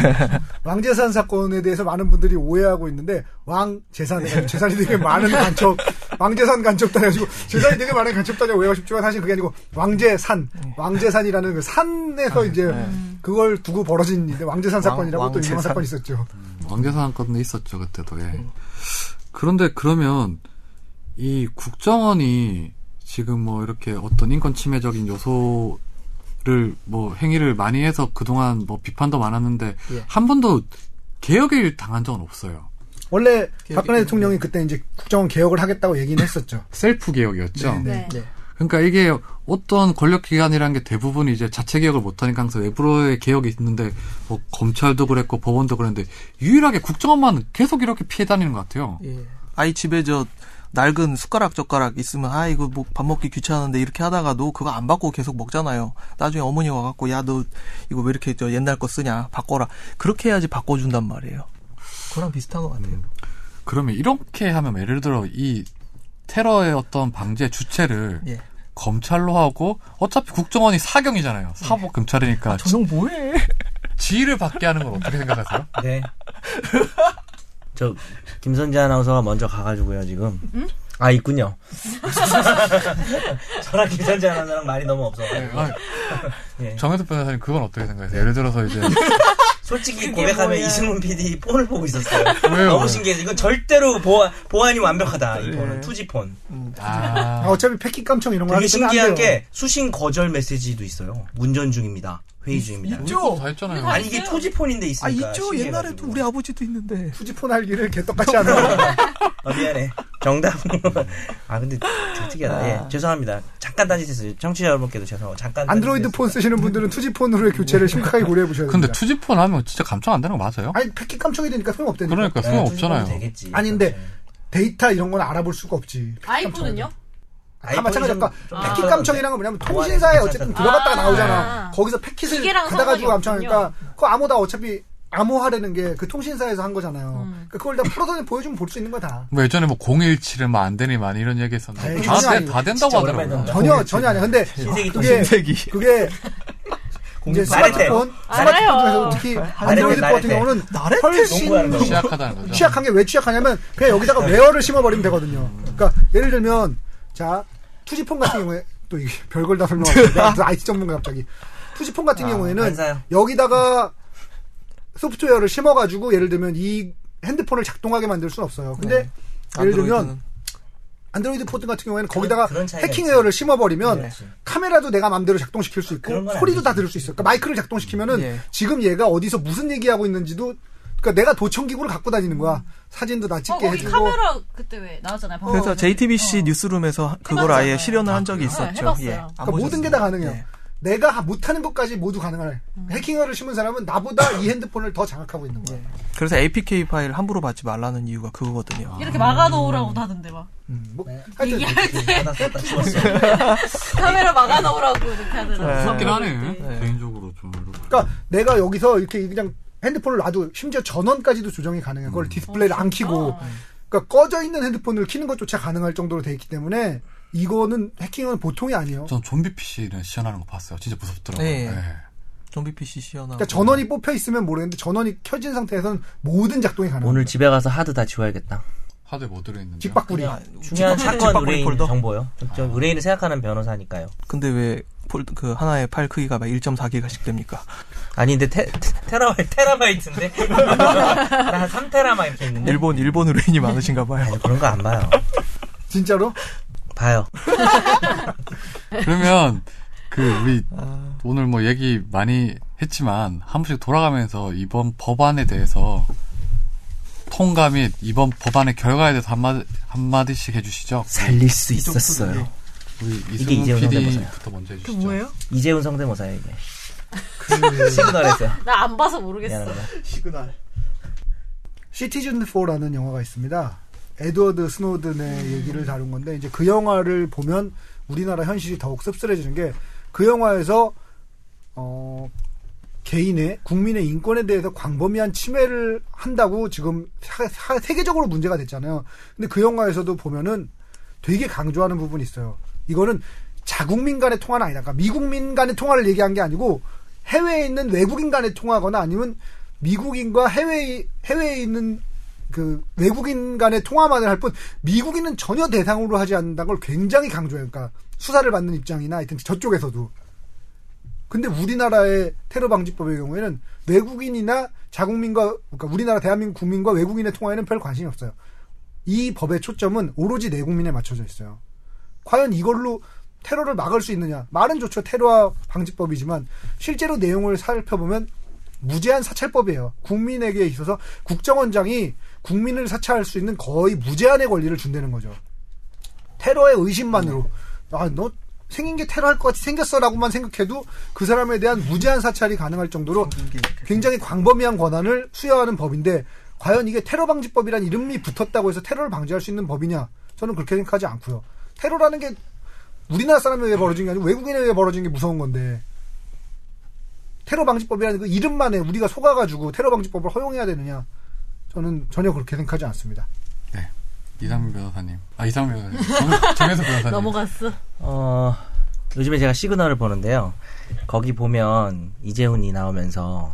왕재산 사건에 대해서 많은 분들이 오해하고 있는데 왕재산 재산이 되게 많은 간첩 왕재산 간첩단이 가지고 재산이 되게 많은 간첩단이 오해하고 싶지만 사실 그게 아니고 왕재산 왕재산이라는 그 산에서 이제 그걸 두고 벌어진 이제 왕재산 사건이라고
왕-
또 유명한
왕재산.
사건이 있었죠.
왕재산 건도 있었죠 그때도. 예.
음.
그런데 그러면 이 국정원이 지금 뭐 이렇게 어떤 인권 침해적인 요소를 뭐 행위를 많이 해서 그동안 뭐 비판도 많았는데
예.
한 번도 개혁을 당한 적은 없어요.
원래 박근혜
기억이-
대통령이 그때 이제 국정원 개혁을 하겠다고 얘기는 했었죠.
셀프 개혁이었죠.
네.
네.
그러니까 이게 어떤 권력 기관이라는 게 대부분 이제 자체 개혁을 못 하니까 항상 외부로의 개혁이 있는데 뭐 검찰도 그랬고 법원도 그랬는데 유일하게 국정원만 계속 이렇게 피해 다니는 것 같아요.
아이 집에 저 낡은 숟가락 젓가락 있으면 아 이거 뭐 밥 먹기 귀찮은데 이렇게 하다가도 그거 안 받고 계속 먹잖아요. 나중에 어머니 와갖고 야 너 이거 왜 이렇게 저 옛날 거 쓰냐 바꿔라 그렇게 해야지 바꿔준단 말이에요. 그랑 비슷한 것 같아요.
그러면 이렇게 하면 예를 들어 이 테러의 어떤 방제 주체를
예.
검찰로 하고 어차피 국정원이 사경이잖아요. 사법 검찰이니까
저형 뭐해?
지위를 받게 하는 건 어떻게 생각하세요?
네. 저 김선재 아나운서가 먼저 가가지고요 지금. 아 있군요. 저랑 김선재 아나운서랑 말이 너무 없어. 예.
아, 정혜석 변호사님 그건 어떻게 생각하세요? 예를 들어서 이제
솔직히
그게
고백하면
뭐야.
이승훈 PD 폰을 보고 있었어요.
왜요?
너무 신기해서 이건 절대로 보안, 보안이 완벽하다. 이 폰은 투지폰.
아,
아,
어차피 패킷 감청 이런 거
되게
하기 때문에 안
신기한
돼요.
게 수신 거절 메시지도 있어요. 운전 중입니다. 회의 중입니다.
있죠. 다 했잖아요.
아니 이게 투지폰인데
아
있으니까.
있죠 옛날에도
그러니까 신기해가지고.
우리 아버지도 있는데
푸지폰 할기를 개떡같이 하는
아, 미안해. 정답은. 아, 근데 되게 특이하다. 예, 죄송합니다. 잠깐 딴짓했어요. 청취자 여러분께도 죄송하고. 잠깐.
안드로이드 폰 쓰시는 분들은 투지폰으로의 교체를 심각하게 고려해 보셔야 됩니다.
근데 투지폰 하면 진짜 감청 안 되는 거 맞아요?
아니 패킷 감청이 되니까 소용없다니까.
그러니까 소용 없잖아요.
네, 되겠지.
아닌데 데이터 이런 건 알아볼 수가 없지. 어,
아이폰은요?
다 마찬가지니까
좀
패킷
괜찮은데?
감청이란 건 뭐냐면 통신사에 어쨌든 들어갔다가
아.
나오잖아. 거기서 패킷을
기계랑
받아가지고
상관이
감청하니까 그거 암호다 어차피 암호화라는 게 그 통신사에서 한 거잖아요.
음.
그걸다 풀어서 보여주면 볼 수 있는 거다.
뭐 예전에 뭐 017은 막 안 되니 막 이런 얘기 했었는데
에이,
다,
진짜
돼- 다 된다고
진짜 오랜만에
하더라고요.
듣는다.
전혀 전혀 아니야. 근데
신세기 또
그게
신세기.
그게 이제
말해.
스마트폰
알아요.
스마트폰에서 특히 안드로이드 폰 같은
나래테.
경우는
나래테
훨씬
농구하는 거. 네.
취약하다는 거죠.
취약한 게 왜 취약하냐면 그냥 여기다가 웨어를 심어버리면 되거든요. 그러니까 예를 들면 자 투지폰 같은 경우에 또 이게 별걸 다 설명하는데 IT 전문가 갑자기 투지폰 같은
아,
경우에는
반사요.
여기다가 소프트웨어를 심어가지고 예를 들면 이 핸드폰을 작동하게 만들 수는 없어요. 근데
네.
예를 들면
안드로이드는.
안드로이드 포드 같은 경우에는 거기다가
그런 차이가
해킹웨어를 심어버리면
네.
카메라도 내가 마음대로 작동시킬 수 있고
그런 건
소리도
아니지.
다 들을 수 있어. 그러니까 마이크를 작동시키면은
예.
지금 얘가 어디서 무슨 얘기하고 있는지도 그러니까 내가 도청기구를 갖고 다니는 거야. 사진도 다
어,
찍게
거기
해주고 그러니까
카메라 그때 왜 나왔잖아요. 방금.
그래서 JTBC 뉴스룸에서 그걸 아예
해봤잖아요.
실현을 한 적이
그래요?
있었죠. 예.
해봤어요. 그러니까
안
그러니까 모든
보셨어요?
게 다 가능해요.
네.
내가 하- 못하는 것까지 모두 가능해. 해킹웨어를 심은 사람은 나보다 이 핸드폰을 더 장악하고 있는 거야.
그래서 APK 파일 함부로 받지 말라는 이유가
예.
그거거든요.
이렇게 막아놓으라고 도 하던데 막.
뭐, 하여튼
받았었다 죽었어.
카메라 막아놓으라고 이렇게 하더라고.
그렇긴 하네. 개인적으로 좀 이렇게.
그러니까 내가 여기서 이렇게 그냥 핸드폰을 놔도 심지어 전원까지도 조정이 가능해. 그걸 디스플레이를 안 켜고 그러니까 꺼져 있는 핸드폰을 켜는 것조차 가능할 정도로 돼 있기 때문에 이거는 해킹은 보통이 아니에요.
전 좀비 PC를 시연하는 거 봤어요. 진짜 무섭더라고요.
예.
예.
좀비 PC 시연하고.
그러니까 전원이 뽑혀 있으면 모르겠는데 전원이 켜진 상태에서는 모든 작동이 가능해.
오늘 집에 가서 하드 다 지워야겠다.
하드에 뭐 들어있는지.
직박구리.
그냥
중요한
집합-
사건
집합
의뢰인
폴더?
정보요. 좀, 좀 의뢰인을 생각하는 변호사니까요.
근데 왜 폴드 그 하나의 파일 크기가 막 1.4기가씩 됩니까?
아니 근데 테, 라바이 테라바이트인데 나한 3테라만 이렇게 있는데.
일본 일본 의뢰인이 많으신가 봐요.
아니, 그런 거 안 봐요.
진짜로?
봐요.
그러면 그 우리 오늘 뭐 얘기 많이 했지만 한 번씩 돌아가면서 이번 법안에 대해서 통과 및 이번 법안의 결과에 대해서 한마디, 한마디씩 해주시죠.
살릴 수 있었어요.
우리
이게
이승훈
이재용
PD부터
성대모사야.
먼저
그
해주시죠.
뭐예요?
이재훈 성대모사예요 이게. 시그널에서
나 안 봐서 모르겠어.
미안합니다.
시그널.
시티즌 4라는 영화가 있습니다. 에드워드 스노든의
음.
얘기를 다룬 건데 이제 그 영화를 보면 우리나라 현실이 더욱 씁쓸해지는 게 그 영화에서 어 개인의 국민의 인권에 대해서 광범위한 침해를 한다고 지금 사- 사- 세계적으로 문제가 됐잖아요. 근데 그 영화에서도 보면은 되게 강조하는 부분이 있어요. 이거는 자국민 간의 통화는 아니다. 그러니까 미국민 간의 통화를 얘기한 게 아니고 해외에 있는 외국인 간의 통화거나 아니면 미국인과 해외 해외에 있는 그 외국인 간의 통화만을 할 뿐 미국인은 전혀 대상으로 하지 않는다는 걸 굉장히 강조해요. 그러니까 수사를 받는 입장이나 하여튼 저쪽에서도. 근데 우리나라의 테러 방지법의 경우에는 외국인이나 자국민과 그러니까 우리나라 대한민국 국민과 외국인의 통화에는 별 관심이 없어요. 이 법의 초점은 오로지 내국민에 맞춰져 있어요. 과연 이걸로 테러를 막을 수 있느냐? 말은 좋죠. 테러 방지법이지만 실제로 내용을 살펴보면 무제한 사찰법이에요. 국민에게 있어서 국정원장이 국민을 사찰할 수 있는 거의 무제한의 권리를 준다는 거죠. 테러의 의심만으로 아 너 생긴 게 테러할 것 같이 생겼어라고만 생각해도 그 사람에 대한 무제한 사찰이 가능할 정도로 굉장히 광범위한 권한을 수여하는 법인데 과연 이게 테러 방지법이란 이름이 붙었다고 해서 테러를 방지할 수 있는 법이냐? 저는 그렇게 생각하지 않고요. 테러라는 게 우리나라 사람에 의해 벌어진 게 아니고 외국인에 의해 벌어진 게 무서운 건데 테러 방지법이라는 그 이름만에 우리가 속아가지고 테러 방지법을 허용해야 되느냐? 저는 전혀 그렇게 생각하지 않습니다.
이상민 변호사님. 아, 이상민 변호사님. 정- 정혜석 변호사님.
넘어갔어.
어, 요즘에 제가 시그널을 보는데요. 거기 보면 이재훈이 나오면서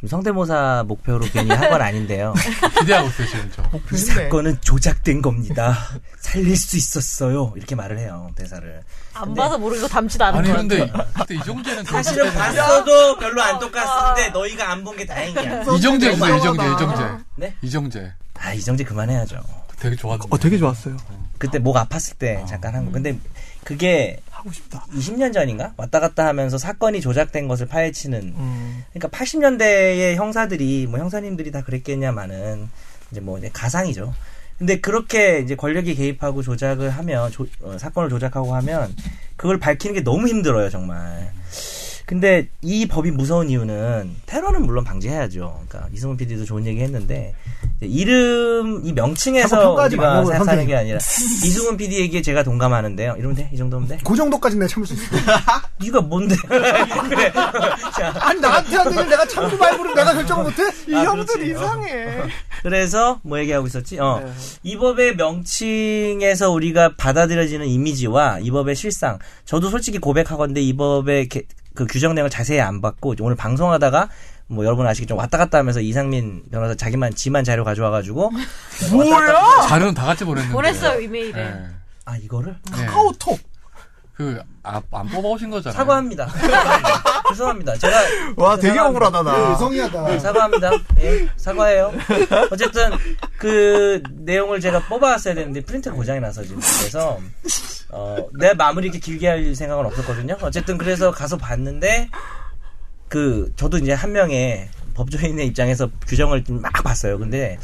좀 성대모사 목표로 괜히 한 건 아닌데요.
기대하고 있어요, 지금 저.
이 사건은 조작된 겁니다. 살릴 수 있었어요. 이렇게 말을 해요 대사를.
안
근데-
봐서 모르고 담지도 않은
아니,
것
근데,
같아.
근데 이정재는
사실은 봤어도 별로 안 똑같은데 너희가 안 본 게 다행이야.
이정재 해주세요, 이정재,
무서워다.
이정재.
네?
이정재.
아 이정재 그만해야죠.
되게 좋았는데.
어, 되게 좋았어요.
그때 목 아팠을 때 잠깐 한 거. 근데 그게
하고 싶다.
20년 전인가 왔다 갔다 하면서 사건이 조작된 것을 파헤치는
음,
그러니까 80년대의 형사들이 뭐 형사님들이 다 그랬겠냐마는 이제 뭐 이제 가상이죠. 근데 그렇게 이제 권력이 개입하고 조작을 하면 조- 어, 사건을 조작하고 하면 그걸 밝히는 게 너무 힘들어요 정말. 근데 이 법이 무서운 이유는 테러는 물론 방지해야죠. 그러니까 이승훈 PD도 좋은 얘기했는데 이제 이름 이
자꾸
명칭에서
평가하지
우리가
말라고,
생각하는
선생님.
게 아니라 이승훈 PD에게 제가 동감하는데요. 이러면 돼? 이 정도면 돼?
그 정도까지는 내가 참을 수 있어.
네가 뭔데? 그래. 자,
아니 나한테 한 얘기를 내가 참고 말부를 내가 결정을 못해?
이
아,
형들
그렇지. 어.
이상해.
그래서 뭐 얘기하고 있었지? 어. 이 법의 명칭에서 우리가 받아들여지는 이미지와 이 법의 실상. 저도 솔직히 고백하건데 이 법의 개- 그 규정 내용을 자세히 안 봤고 오늘 방송하다가 뭐 여러분 아시겠지만 왔다 갔다 하면서 이상민 변호사 자기만 지만 자료 가져와가지고
뭐야?
자료는 다 같이 보냈는데.
보냈어요 이메일에.
예.
아 이거를
예.
카오톡.
그, 아, 안 뽑아오신 거잖아요.
사과합니다. 죄송합니다. 제가
와, 되게
죄송합니다.
억울하다, 나.
그
아.
성의하다.
사과합니다. 예, 사과해요. 어쨌든 그 내용을 제가 뽑아왔어야 되는데 프린트 고장이 나서 지금 그래서 어, 내 마무리 이렇게 길게 할 생각은 없었거든요. 어쨌든 그래서 가서 봤는데 그 저도 이제 한 명의 법조인의 입장에서 규정을 좀막 봤어요. 근데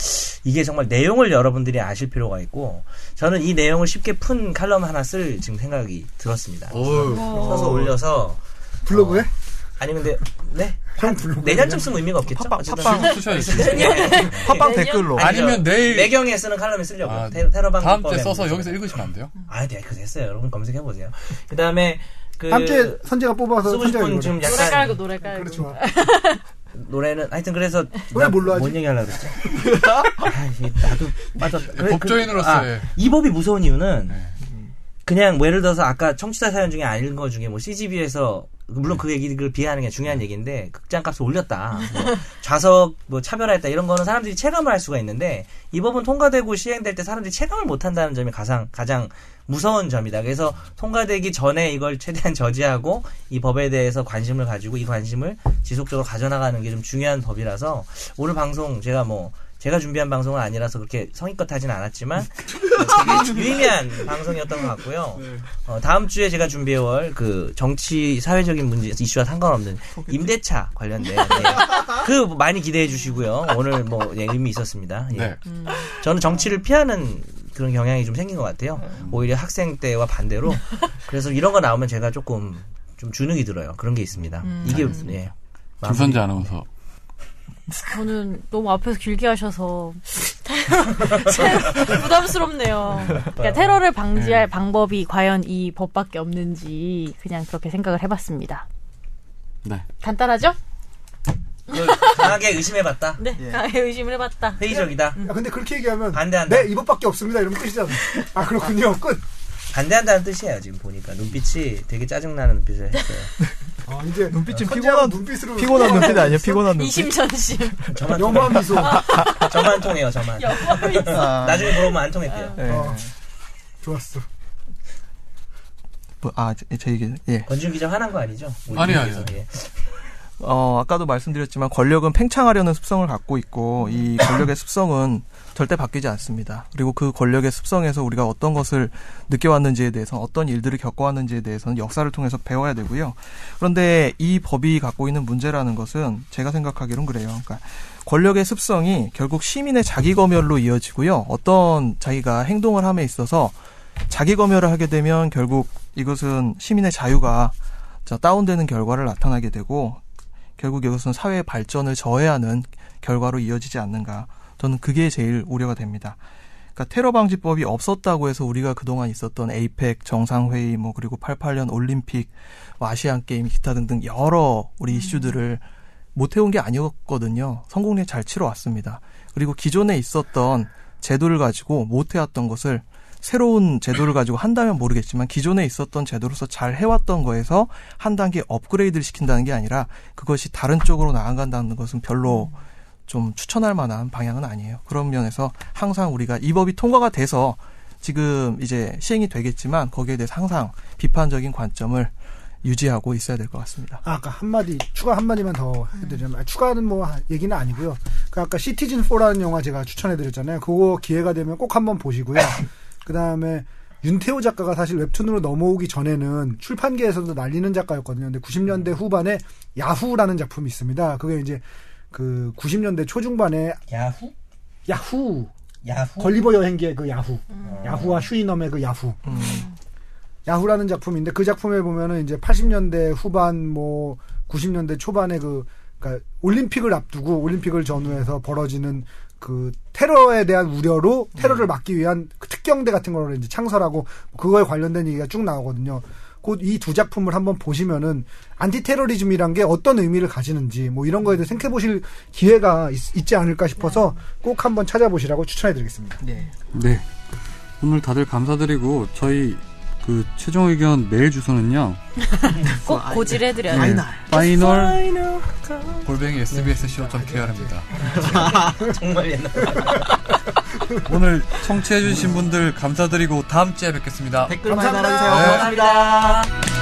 이게 정말 내용을 여러분들이 아실 필요가 있고 저는 이 내용을 쉽게 푼 칼럼 하나 쓸 지금 생각이 들었습니다.
어,
써서 올려서
블로그에?
아니 근데 네
형 블로그.
내년쯤 쓰면 의미가 없겠죠.
팝빵,
어쨌든
팝빵.
쓰셔야지.
팟빵 댓글로.
아니죠.
예. 아니면 내일-
매경에 쓰는 칼럼에 쓰려고
아,
테, 테러방 그렇죠.
다음 주에 써서 여기서 읽으시면 안 돼요?
아, 네, 그 됐어요. 여러분 검색해 보세요. 그다음에 그
다음 주에 선재가 뽑아서
쓰고
선재가
싶은
읽어라.
좀
노래
약간
깔고 노래 깔고.
그래 좋아.
노래는 하여튼 그래서
노래 뭘로 하지?
뭔 얘기 하려고 그랬지? 아, 이게 나도 맞아. 그래,
네, 법조인으로서의-
이 법이 무서운 이유는
네.
그냥 뭐 예를 들어서 아까 청취자 사연 중에 안 읽은 거 중에 뭐 CGV에서 물론
네.
그 얘기를 비하하는 게 중요한 얘기인데 극장값을 올렸다 뭐 좌석 뭐 차별화했다 이런 거는 사람들이 체감을 할 수가 있는데 이 법은 통과되고 시행될 때 사람들이 체감을 못한다는 점이 가장 가장 무서운 점이다 그래서 통과되기 전에 이걸 최대한 저지하고 이 법에 대해서 관심을 가지고 이 관심을 지속적으로 가져나가는 게 좀 중요한 법이라서 오늘 방송 제가 뭐 제가 준비한 방송은 아니라서 그렇게 성의껏 하진 않았지만 되게 유의미한 방송이었던 것 같고요. 어, 다음 주에 제가 준비해올 그 정치 사회적인 문제 이슈와 상관없는 임대차 관련된 네. 그 많이 기대해 주시고요. 오늘 뭐 예, 의미 있었습니다. 예.
네.
저는 정치를 피하는 그런 경향이 좀 생긴 것 같아요. 오히려 학생 때와 반대로 그래서 이런 거 나오면 제가 조금 좀 주눅이 들어요. 그런 게 있습니다. 이게 예.
김선재 아나운서.
저는 너무 앞에서 길게 하셔서 부담스럽네요. 그러니까 테러를 방지할 방법이 과연 이 법밖에 없는지 그냥 그렇게 생각을 해봤습니다.
네.
간단하죠?
그걸 강하게 의심해봤다.
네. 강하게 의심을 해봤다.
회의적이다.
야, 근데 그렇게 얘기하면
반대한다.
네 이것밖에 없습니다. 이러면 끝이잖아. 아 그렇군요. 끝.
반대한다는 뜻이에요. 지금 보니까 눈빛이 되게 짜증나는 눈빛을 했어요.
아, 이제
눈빛이
선재하고
피곤한-
눈빛으로
피곤한 눈빛 아니야 피곤한 눈빛.
이심전심.
저만 통해요.
영화 미소.
저만 통해요. 저만.
아,
나중에 물어보면 안 통했대요.
예.
어, 좋았어.
뭐, 아, 제, 제 얘기. 예.
권지훈 기자 화난 거 아니죠? 우리
아니요,
분께서,
아니요.
예.
어, 아까도 말씀드렸지만 권력은 팽창하려는 습성을 갖고 있고 이 권력의 습성은 절대 바뀌지 않습니다. 그리고 그 권력의 습성에서 우리가 어떤 것을 느껴왔는지에 대해서 어떤 일들을 겪어왔는지에 대해서는 역사를 통해서 배워야 되고요. 그런데 이 법이 갖고 있는 문제라는 것은 제가 생각하기론 그래요. 그러니까 권력의 습성이 결국 시민의 자기 검열로 이어지고요. 어떤 자기가 행동을 함에 있어서 자기 검열을 하게 되면 결국 이것은 시민의 자유가 자, 다운되는 결과를 나타나게 되고 결국 이것은 사회의 발전을 저해하는 결과로 이어지지 않는가. 저는 그게 제일 우려가 됩니다. 그러니까 테러 방지법이 없었다고 해서 우리가 그동안 있었던 에이펙 정상회의 뭐 그리고 88년 올림픽, 뭐 아시안 게임 기타 등등 여러 우리 이슈들을 못 해온 게 아니었거든요. 성공리에 잘 치러 왔습니다. 그리고 기존에 있었던 제도를 가지고 못 해왔던 것을 새로운 제도를 가지고 한다면 모르겠지만 기존에 있었던 제도로서 잘 해왔던 거에서 한 단계 업그레이드를 시킨다는 게 아니라 그것이 다른 쪽으로 나아간다는 것은 별로 좀 추천할 만한 방향은 아니에요. 그런 면에서 항상 우리가 이 법이 통과가 돼서 지금 이제 시행이 되겠지만 거기에 대해서 항상 비판적인 관점을 유지하고 있어야 될 것 같습니다.
아, 아까 한마디 추가 한마디만 더 해드리면 아, 추가는 뭐 하- 얘기는 아니고요. 그 아까 시티즌 4라는 영화 제가 추천해드렸잖아요. 그거 기회가 되면 꼭 한번 보시고요. 그 다음에 윤태호 작가가 사실 웹툰으로 넘어오기 전에는 출판계에서도 날리는 작가였거든요. 근데 90년대 후반에 야후라는 작품이 있습니다. 그게 이제 그 90년대 초중반에
야후?
야후
야후?
걸리버 여행기의 그 야후, 야후와 슈이넘의 그 야후. 야후라는 작품인데 그 작품에 보면은 이제 80년대 후반 뭐 90년대 초반에 그 그러니까 올림픽을 앞두고 올림픽을 전후해서 벌어지는 그 테러에 대한 우려로 테러를 막기 위한 그 특경대 같은 거를 이제 창설하고 그거에 관련된 얘기가 쭉 나오거든요. 곧 이 두 작품을 한번 보시면은 안티테러리즘이란 게 어떤 의미를 가지는지 뭐 이런 거에 대해 생각해 보실 기회가 있, 지 않을까 싶어서 꼭 한번 찾아보시라고 추천해 드리겠습니다.
네. 오늘 다들 감사드리고 저희 그 최종 의견 메일 주소는요.
꼭 고지를 해드려야 돼요.
파이널. 파이널. 골뱅이 sbsco.kr입니다.
정말 옛날.
오늘 청취해주신 분들 감사드리고 다음 주에 뵙겠습니다.
댓글
많이 감사합니다.
달아주세요.
네.
감사합니다.